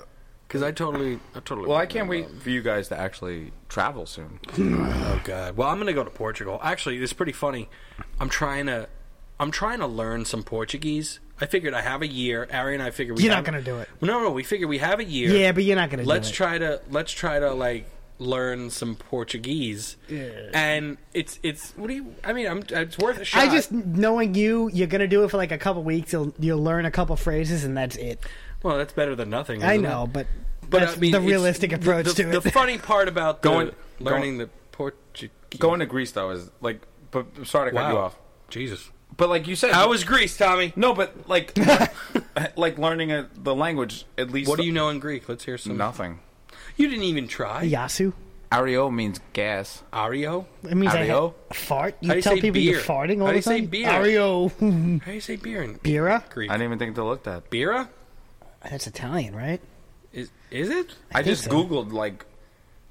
Because I totally, I totally.
Well, I can't wait for you guys to actually travel soon.
Oh God! Well, I'm gonna go to Portugal. Actually, it's pretty funny. I'm trying to, I'm trying to learn some Portuguese. I figured I have a year. Ari and I figured we
You're not
have-
gonna do it.
No, no, we figure we have a year.
yeah, but you're not gonna.
let's
do it.
try to let's try to like learn some Portuguese. And it's it's what do you? I mean, I'm it's worth a shot.
I just knowing you, you're gonna do it for like a couple weeks. You'll you'll learn a couple phrases, and that's it.
well, that's better than nothing.
I
isn't
know,
it?
but,
but
that's
I mean,
the
it's-
realistic
the-
approach
the,
to it.
The funny part about the,
Going-
learning the Portuguese.
Going to Greece though is like, but sorry to cut you
wow,
off.
Jesus!
But like you said,
How was Greece, Tommy?
no, but like, like learning a, the language at least.
What do you know in Greek? Let's hear some.
Nothing.
You didn't even try.
Yasu.
Ario means gas.
Ario?
It means I
Ario?
had- fart. You
How do you
tell
say
people you're
beer?
farting all
How do
the
you say
time.
beer?
Ario.
How do you say beer in
Bira.
Greek?
I didn't even think to look that.
Bira?
That's Italian, right?
Is is it?
I,
think
just
so.
googled like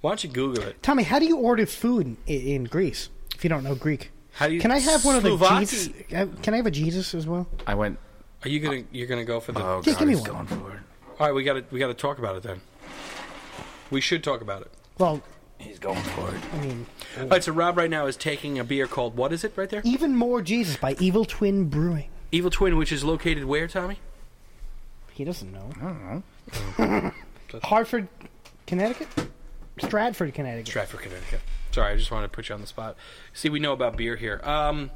Why don't you Google it?
Tommy, how do you order food in, in Greece if you don't know Greek?
How do you
Can I have one of the
Slovaki-
Jesus? uh, Can I have a Jesus as well?
I went.
Are you gonna you're gonna go for the?
Oh
Just
God,
give me
he's
one.
going for it.
All right, we gotta we gotta talk about it then. We should talk about it.
Well,
He's going for it.
I mean,
All right, so Rob right now is taking a beer called what is it right
E-
there?
even more Jesus by Evil Twin Brewing.
Evil Twin, which is located where, Tommy?
He doesn't know. I don't know. Hartford, Connecticut? Stratford, Connecticut.
Stratford, Connecticut. Sorry, I just wanted to put you on the spot. See, we know about beer here. Um.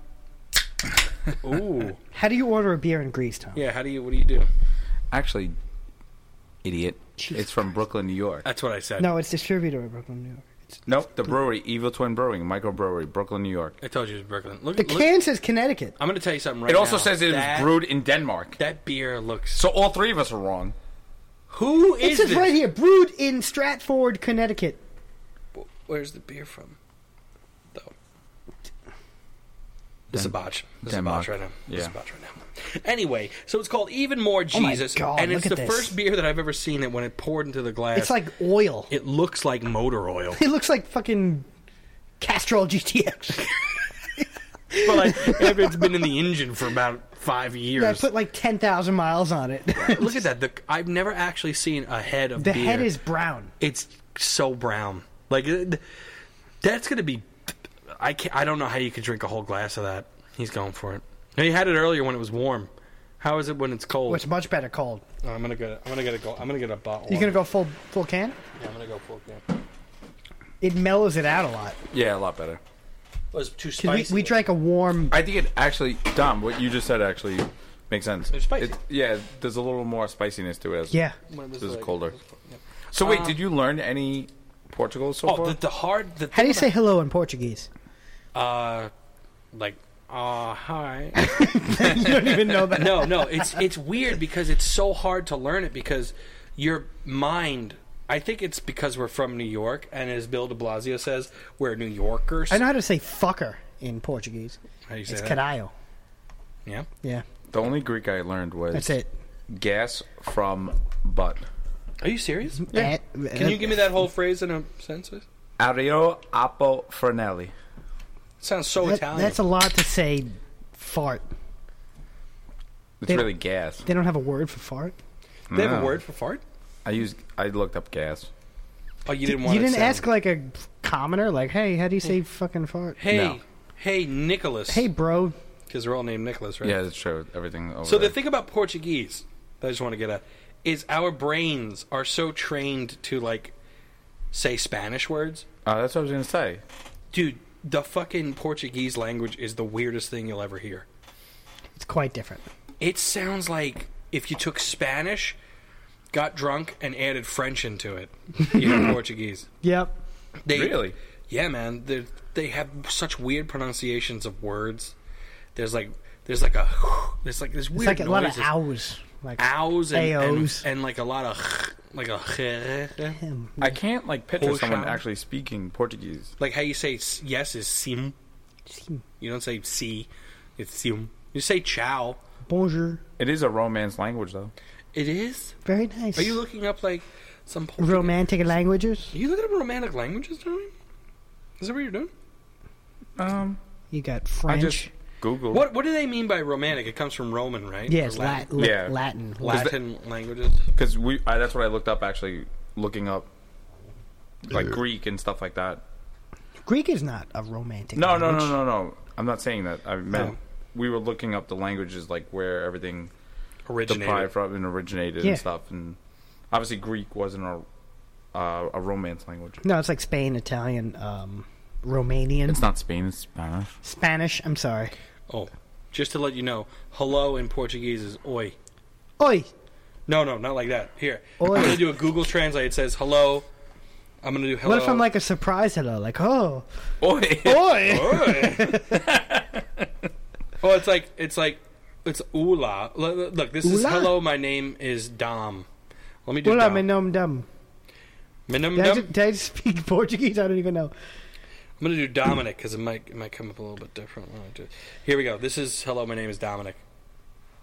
Ooh,
How do you order a beer in Greece, Tom?
yeah. How do you? What do you do?
Actually, idiot.
Jesus
it's from Brooklyn, New York.
That's what I said.
No, it's distributed in Brooklyn, New York. It's,
Nope, the brewery, Evil Twin Brewing, microbrewery, Brooklyn, New York.
I told you it was Brooklyn. Look,
the
look
can says Connecticut.
I'm gonna tell you something right
It
now.
also says it was
That-
brewed in Denmark.
That beer looks.
So all three of us are wrong.
Who
It
is
says
this?
right here, brewed in Stratford, Connecticut.
Where's the beer from? Though. This is a botch. This is a
Denmark.
botch right now. This is a
Yeah.
botch right now. Anyway, so it's called Even More
Oh my
Jesus,
God,
and it's
look
the
at this.
first beer that I've ever seen that when it poured into the glass,
It's like oil.
it looks like motor oil.
It looks like fucking Castrol GTX.
but like if it's been in the engine for about five years.
I put like 10,000 miles on it.
Look at that! The, I've never actually seen a head of
the
beer.
head is brown.
it's so brown. Like it- that's gonna be. I can't, I don't know how you could drink a whole glass of that. He's going for it. And he had it earlier when it was warm. How is it when it's cold?
Which much better cold.
Oh, I'm gonna get. I'm gonna get a. Go, I'm gonna get a bottle.
You're going to go full full can?
Yeah, I'm gonna go full can.
It mellows it out a lot.
Yeah, a lot better.
It was too
'Cause
spicy.
We, we drank a warm.
I think it actually, Dom, what you just said actually makes sense.
It's spicy.
It- yeah, there's a little more spiciness to it. As,
Yeah.
When it was
This is
like- uh,
colder. So wait, did you learn any Portugal so
Oh,
far?
the, the hard. The
How do you say
thing
hello in Portuguese?
about- Uh, like. Uh, hi.
you don't even know that.
no, no, it's it's weird because it's so hard to learn it because your mind. I think it's because we're from New York, and as Bill De Blasio says, we're New Yorkers.
I know how to say fucker in Portuguese.
How do you say
It's
that?
caralho.
Yeah.
Yeah,
the only Greek I learned was
that's it.
gas from butt.
Are you serious?
Yeah.
Can you give me that whole phrase in a sentence?
Ario Apo Frenelli.
Sounds so
That-
Italian.
that's a lot to say. Fart.
It's
They-
really gas.
They don't have a word for fart.
they have
No.
a word for fart.
I used. I looked up gas.
Oh, you didn't want. Hmm.
You
it
didn't
sound-
ask like a commoner, like, "Hey, how do you say fucking fart?"
Hey,
No.
hey, Nicholas.
Hey, bro.
because they're all named Nicholas, right?
Yeah, it showed everything over
So
there.
the thing about Portuguese, that I just want to get at, is our brains are so trained to like say Spanish words.
Oh, that's what I was gonna say.
Dude, the fucking Portuguese language is the weirdest thing you'll ever hear.
It's quite different.
It sounds like if you took Spanish, got drunk, and added French into it, you know, Portuguese.
Yep.
They,
Really?
Yeah, man. They they have such weird pronunciations of words. There's like there's like a there's like this
It's
weird
like a lot of
noises. Ah.
hours. Like
ows and, and,
Aos.
and like a lot of like a
him.
I can't like picture
Ocean.
someone actually speaking Portuguese.
like how you say s- yes is sim. You don't say si, it's sim. You say chow.
Bonjour.
It is a Romance language though.
It is.
Very nice.
Are you looking up like some Portuguese-
romantic languages?
Are you looking up romantic languages, Tony? Is that what you're doing?
Um,
You got
I
French.
just Googled.
What What do they mean by romantic? It comes from Roman, right?
yeah,
Or
it's Lat-
Latin.
Latin.
Yeah.
Latin.
Latin languages.
Because we. I, that's what I looked up actually. Looking up like Greek and stuff like that.
Greek is not a romantic.
No, no,
language.
no, no, no. I'm not saying that. I meant
No.
we were looking up the languages like where everything
Originated.
derived from and originated
Yeah.
and stuff. And obviously, Greek wasn't a uh, a Romance language.
No, it's like Spain, Italian, um, Romanian,
It's not Spain. It's Spanish.
Spanish. I'm sorry.
Oh, just to let you know, hello in Portuguese is oi.
Oi.
No, no, not like that. Here,
Oi.
I'm gonna do a Google Translate. It says hello. I'm gonna do hello.
What if I'm
Oh.
like a surprise hello? Like, oh,
Oi.
oi.
Oi. oh, it's like it's like it's Ula. L- Look, this is
Ula?
hello. My name is Dom. Let me do
Hola,
Dom.
me nom dum.
Minum
Did I,
Dom?
just, did I just speak Portuguese? I don't even know.
I'm gonna do Dominic because it might it might come up a little bit different when I do. Here we go. This is hello. My name is Dominic.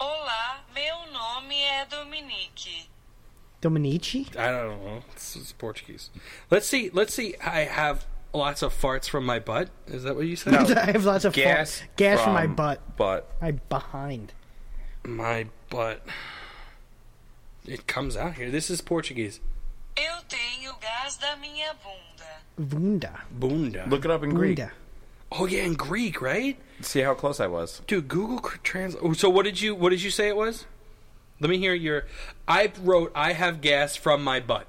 Olá, meu nome é Dominique.
Dominici?
I don't know. It's, it's Portuguese. Let's see. Let's see. I have lots of farts from my butt. Is that what you said?
I have lots of
Gas.
fu- gas from my
from
butt,
But
my behind.
My butt. It comes out here. This is Portuguese.
Eu tenho gás da minha bunda.
Vunda.
Bunda.
look it up in Greek.
Bunda.
Oh yeah, in Greek, right?
See how close I was.
Dude, Google Translate. So what did you what did you say it was? Let me hear your. I wrote I have gas from my butt.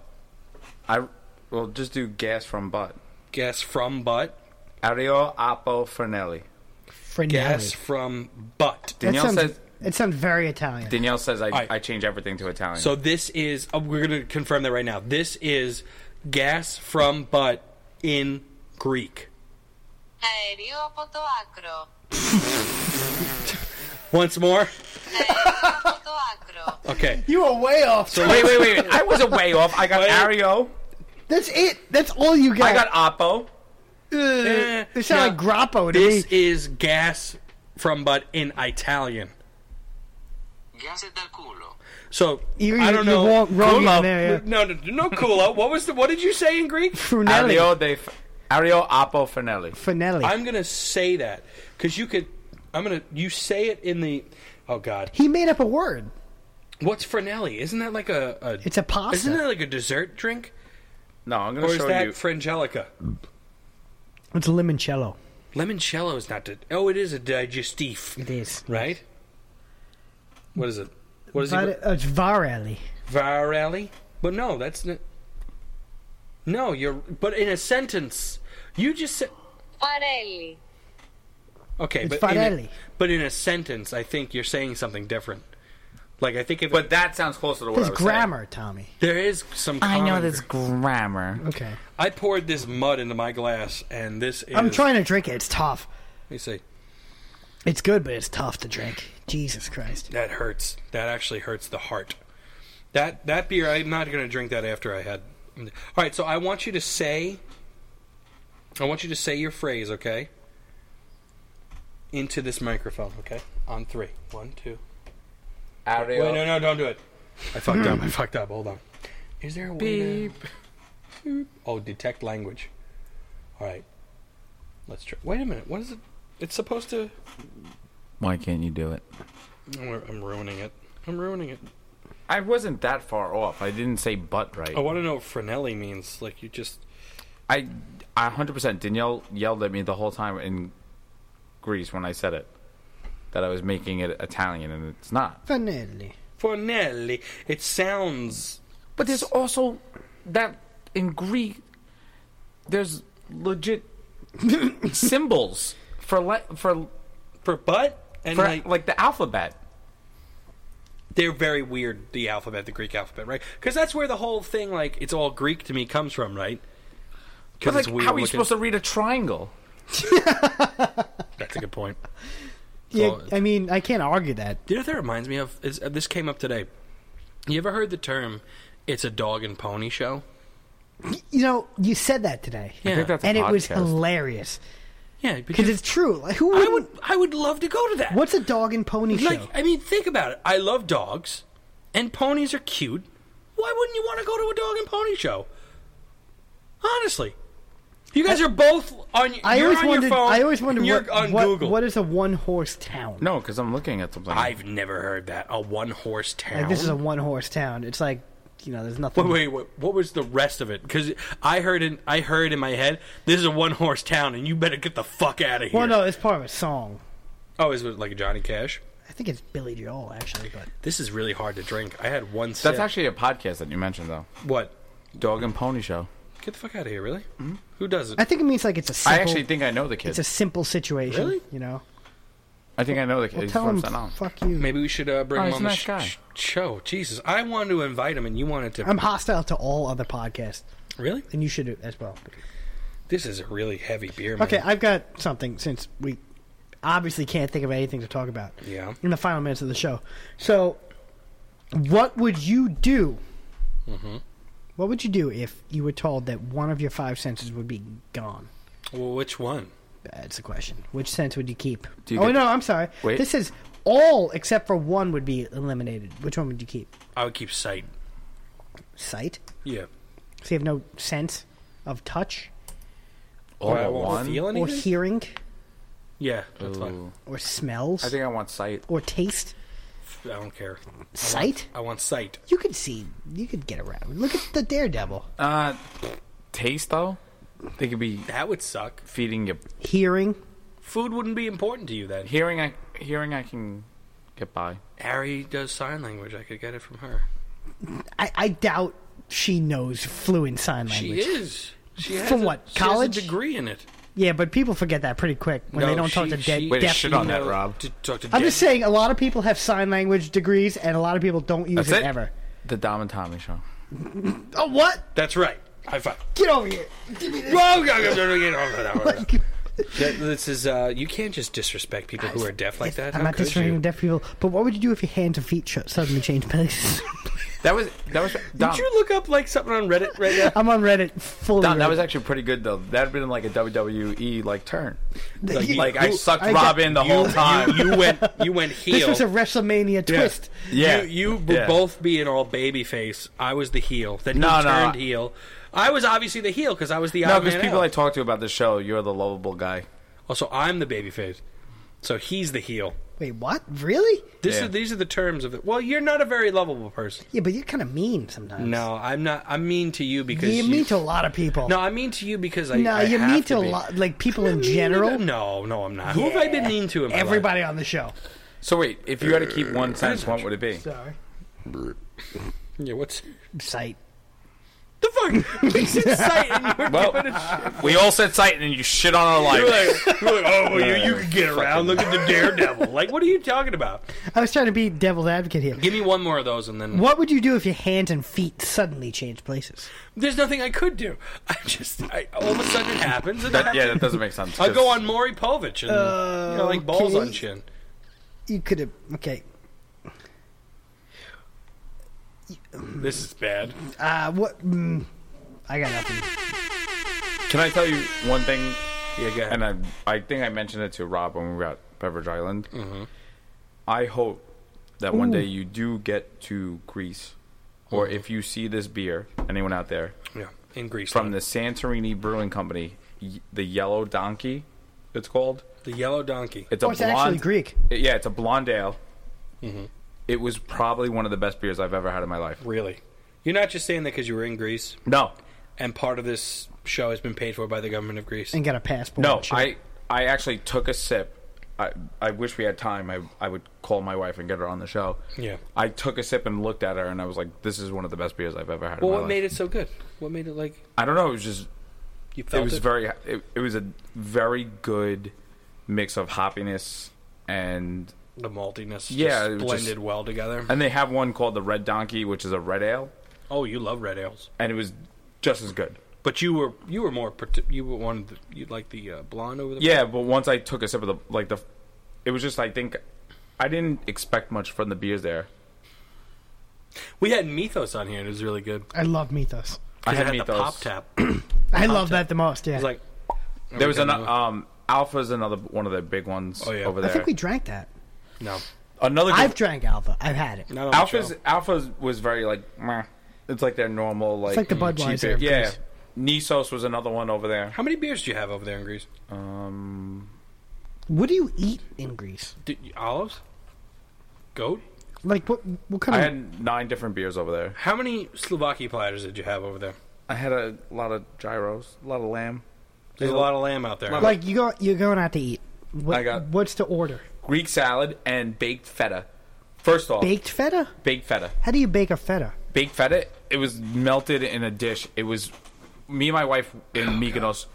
I well just do gas from butt.
Gas from butt.
Ario Apo Frenelli.
Gas
Frenelli.
from butt.
That
Danielle
sounds,
says
it sounds very Italian.
Danielle says I,
Alright.
I change everything to Italian.
So this is oh, we're gonna confirm that right now. This is gas from butt in Greek.
Aeropotoacro.
Once more.
Potoacro.
Okay.
you are way off.
wait, wait, wait, wait. I was way off. I got Ario.
That's it. That's all you got.
I got Eh, Apo.
Ugh. They
Now,
sound like Grappo to
This
me.
is gas from butt in Italian.
Gas dal culo.
So
You-
I
you-
don't
you
know.
won't- wrong
Kulo-
in there, yeah.
No, no, no, Kulo. What was the? What did you say in Greek?
Frunelli.
Ario de Ario Apo Frenelli.
Frenelli.
I'm gonna say that because you could. I'm gonna. You say it in the. Oh God,
he made up a word.
what's Frenelli? Isn't that like a? a
It's a pasta.
Isn't that like a dessert drink,
No, I'm
or
gonna
is
show
that
you.
Frangelica?
It's limoncello.
Limoncello is not. Di- oh, it is a digestif,
It is.
right? What is it? What is
Var-
it?
uh, it's Varelli.
Varelli? But no, that's. Not, no, you're. But in a sentence, you just said.
Farelli.
Okay,
It's
but in, a,
Farelli.
but in a sentence, I think you're saying something different. Like I think if
but that sounds closer to what
There's
I was
grammar, Oh Tommy.
there is some. common gr-
grammar.
Okay.
I poured this mud into my glass, and this is.
I'm trying to drink it. It's tough.
Let me see.
It's good, but it's tough to drink. Jesus Christ.
That hurts. That actually hurts the heart. That that beer, I'm not going to drink that after I had. All right, so I want you to say. I want you to say your phrase, okay? Into this microphone, okay? On three. One, two.
Ario.
Wait, no, no, don't do it. I fucked up. I fucked up. Hold on. Is there a way? to- Oh, detect language. All right. Let's try. Wait a minute. What is it? It's supposed to.
Why can't you do it?
Oh, I'm ruining it. I'm ruining it.
I wasn't that far off. I didn't say butt right.
I want to know what Frenelli means. Like you just.
I, I 100% Danielle yelled at me the whole time in Greece when I said it. That I was making it Italian, and it's not.
Vanelli.
Fornelli. It sounds.
But there's also that in Greek, there's legit symbols for le- for
For butt? And
for
like,
like, the alphabet.
they're very weird, the alphabet, the Greek alphabet, right? Because that's where the whole thing, like, it's all Greek to me comes from, right?
But
Because
like, how are you supposed to read a triangle?
That's a good point.
Yeah,
Well,
I mean, I can't argue that.
You know what that reminds me of? Is, uh, this came up today. You ever heard the term, it's a dog and pony show?
You know, you said that today.
Yeah.
that's a
and it was
podcast.
hilarious
Yeah, because
because it's true. Like, who
I
would,
would, I would love to go to that.
What's a dog and pony
Like,
show?
I mean, think about it. I love dogs, and ponies are cute. Why wouldn't you want to go to a dog and pony show? Honestly, you guys are both on.
I
you're
always
on
wondered.
Your phone,
I always wondered
and you're
what,
on
what-
Google.
what is a one horse town?
No, because I'm looking at something.
I've never heard that. A one horse town.
Like, this is a one horse town. It's like you know, there's nothing.
Wait, wait, wait, what was the rest of it? Because I heard in I heard in my head, this is a one horse town, and you better get the fuck out of here.
Well, no, it's part of a song.
Oh, is it like a Johnny Cash?
I think it's Billy Joel actually, but
This is really hard to drink. I had one sip.
That's actually a podcast that you mentioned though.
what?
Dog and Pony Show.
Get the fuck out of here, really?
Mm-hmm.
Who does it?
I think it means like it's a simple.
I actually think I know the kid.
it's a simple situation.
Really?
You know,
I think I know the kid.
well,
He's
tell
from
him
Staten Island.
fuck you.
Maybe we should uh, bring
Oh,
him
he's
on
a
the
nice
sh-
guy.
sh- show. Jesus, I wanted to invite him, and you wanted to.
I'm hostile to all other podcasts,
really?
and you should as well.
This is a really heavy beer. Man.
Okay, I've got something since we obviously can't think of anything to talk about.
Yeah.
In the final minutes of the show, so what would you do? Mm-hmm. What would you do if you were told that one of your five senses would be gone?
Well, which one?
That's the question. Which sense would you keep?
you
oh
get-
no, I'm sorry.
Wait.
This is all except for one would be eliminated. Which one would you keep?
I would keep sight.
Sight.
Yeah.
So you have no sense of touch
All
I
but
won't
one.
feel
or
anything.
hearing
yeah, that's fine.
Ooh.
or smells
I think I want sight.
or taste.
I don't care.
Sight.
I want sight.
You could see. You could get around. Look at the daredevil.
Uh, taste though. They could be
That would suck.
feeding you.
Hearing.
Food wouldn't be important to you then.
Hearing I hearing I can get by.
Harry does sign language. I could get it from her.
I, I doubt she knows fluent sign
She
language.
is. She has
From
a-
what,
she has a
college?
degree in it.
Yeah, but people forget that pretty quick when they
No,
don't talk
she-
to dead.
she-
Way to
deaf
shit on
people.
that, Rob.
To talk to
I'm
dead-
just saying, a lot of people have sign language degrees, and a lot of people don't use
That's
it
it.
ever.
The Dom and Tommy show.
Oh, what?
That's right. High five.
Get over here.
That- this is uh, you can't just disrespect people who are deaf like that.
I'm
How
not
could
disrespecting
you?
deaf people, but what would you do if your hands and feet sh- suddenly changed places?
That was that was Dom.
Did you look up like something on Reddit right now?
I'm on Reddit fully.
Dom, that
Reddit.
was actually pretty good though. That'd been like a WWE like turn. Like,
you-
like, I sucked
I got-
Rob in the whole time.
you went you went heel.
this was a WrestleMania twist.
yeah,
You, you were
Yeah.
both being all babyface. I was the heel. Then
No,
he
no.
turned heel. I was obviously the heel because I was the
No,
odd
because
man
people
out.
I talk to about the show, you're the lovable guy.
also I'm the babyface, so he's the heel.
Wait, what? Really?
This
Yeah.
is, these are the terms of it. Well, you're not a very lovable person.
Yeah, but you're kind of mean sometimes.
No, I'm not. I'm mean to you because
you're
you,
mean to a lot of people.
No, I'm mean to you because I.
no,
I
you're
have
mean to a
be.
lot, like people in
Mean to-
general.
No, no, I'm not. Who have I been mean to? In my life?
Everybody on the show.
So wait, if you had to keep one sense, what would it be?
Sorry.
Yeah, what's
Sight.
the fuck? You said sight and you were
Well,
giving a shit.
We all said sight, and you shit on our
You're
life.
like, you're like, oh, well, you, you can get around. Look at the daredevil. Like, what are you talking about?
I was trying to be devil's advocate here.
Give me one more of those, and then
What would you do if your hands and feet suddenly changed places?
there's nothing I could do. I just I, all of a sudden it happens. And
That, yeah, that doesn't make sense.
I will go
'cause
on Maury Povich and you know, like balls
okay.
on chin.
You could have. Okay.
This is bad.
Uh, what? Mm, I got nothing.
Can I tell you one thing?
Yeah, go ahead.
And I, I think I mentioned it to Rob when we were at Beverage Island. I hope that one day you do get to Greece, or if you see this beer, anyone out there
yeah, in Greece
from the Santorini Brewing Company y- the yellow donkey. It's called.
The yellow donkey.
It's
Oh,
a
it's
blonde.
actually Greek.
yeah, it's a blonde ale. It was probably one of the best beers I've ever had in my life.
Really? You're not just saying that because you were in Greece,
No,
and part of this show has been paid for by the government of Greece.
and got a passport.
no,
and shit.
I I actually took a sip. I I wish we had time. I I would call my wife and get her on the show.
Yeah.
I took a sip and looked at her, and I was like, "This is one of the best beers I've ever had."
Well,
in my
what
life.
made it so good? What made it like
I don't know. It was just.
you felt
It was very. It, it was a very good mix of hoppiness and
the maltiness
Yeah,
just
it was
blended
just-
well together.
and they have one called the Red Donkey, which is a red ale,
oh, you love red ales,
and it was just as good.
but you were you were more parti- you were one of the, you like the uh, blonde over the
Yeah, but once I took a sip of the like the, it was just I think, I didn't expect much from the beers there.
We had Mythos on here and it was really good.
I love Mythos.
I
I had, the
Mythos.
pop tap. it
I love that the most. Yeah,
was like
There was an
another.
um Alpha's another one of the big ones
Oh, yeah.
over
I
there.
think we drank that.
no,
another
I've drank Alpha. I've had it.
not on the
Alpha's
show.
Alpha's was very like meh. it's like their normal like,
like the
mm,
Budweiser
cheaper-
of
Yeah,
Greece.
Nisos was another one over there.
How many beers do you have over there in Greece?
Um,
What do you eat in Greece?
Did you, olives, goat.
Like what? What kind
I
of?
had nine different beers over there.
How many Slovakia platters did you have over there?
I had a lot of gyros, a lot of lamb.
There's a lot of lamb out there.
like you go, you're going out to eat. What,
I got-
what's to order?
Greek salad and baked feta. First off,
Baked feta?
baked feta.
How do you bake a feta?
baked feta. It was melted in a dish. It was me and my wife in Mykonos.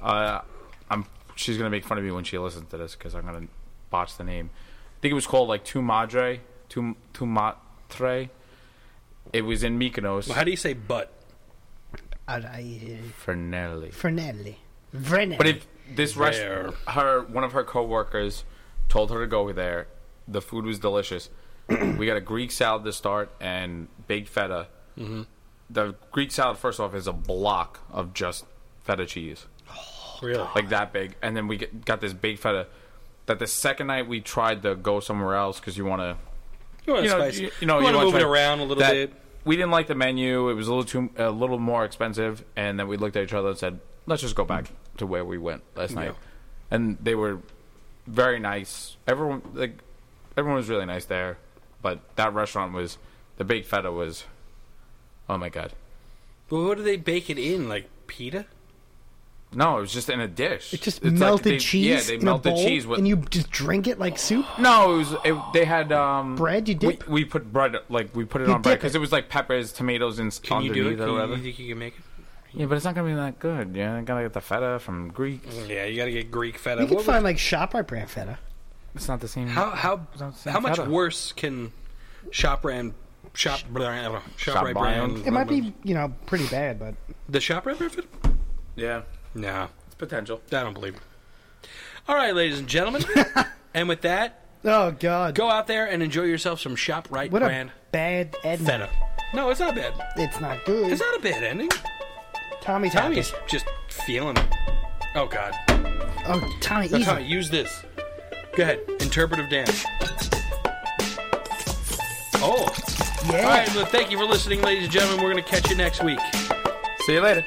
Uh, I'm she's gonna make fun of me when she listens to this because I'm gonna botch the name. I think it was called like Tu Madre, Tu Tu Matre. It was in Mykonos.
How do you say butt?
I, Uh, I,
Fernelli.
Fernelli. Vrenelli.
But if this
There.
restaurant, her one of her coworkers told her to go there, the food was delicious. we got a Greek salad to start and baked feta. The Greek salad, first off, is a block of just feta cheese,
Really?
like that big, and then we get, got this baked feta. That the second night we tried to go somewhere else because you want to
You want to
you know,
spice?
you, you know,
you want to move
try-
it around a little
that-
bit.
We didn't like the menu; it was a little too, a little more expensive. And then we looked at each other and said, "Let's just go back to where we went last night." And they were very nice. Everyone, like, everyone was really nice there. But that restaurant was the baked feta was, oh my god!
But what do they bake it in? Like pita?
No, it was just in a dish.
it's just
like
melted
they-
cheese
Yeah, they
in
melted
a bowl,
cheese with Oh,
and you just drink it like soup.
No, it was it, they had um,
Bread you
we,
dip?
we put bread like we put it
You
on bread
dip it.
because it was like peppers, tomatoes, and
Can you do it?
or
Can you,
whatever.
you think you can make it?
Yeah, but it's not gonna be that good. Yeah, I gotta get the feta from Greek.
Yeah, you gotta get Greek feta.
You can
What
find
was-
like Shoprite brand feta.
It's not the same.
how how
Don't say
how much
feta.
worse can shop brand shop brand shop right brand?
brand.
It might be you know pretty bad, but
the shop brand brand?
Yeah,
No,
it's potential.
I don't believe. it. All right, ladies and gentlemen, and with that,
oh god,
go out there and enjoy yourself some shop right
what
brand
a bad ending.
feta. No, it's not bad.
It's not good.
It's not a bad ending.
Tommy's happy.
Tommy's just feeling it. Oh God,
Oh, Tommy,
No,
easy.
Tommy, use this. Go ahead, interpretive dance. Oh.
Yeah.
All right, well, thank you for listening, ladies and gentlemen. We're going to catch you next week.
See you later.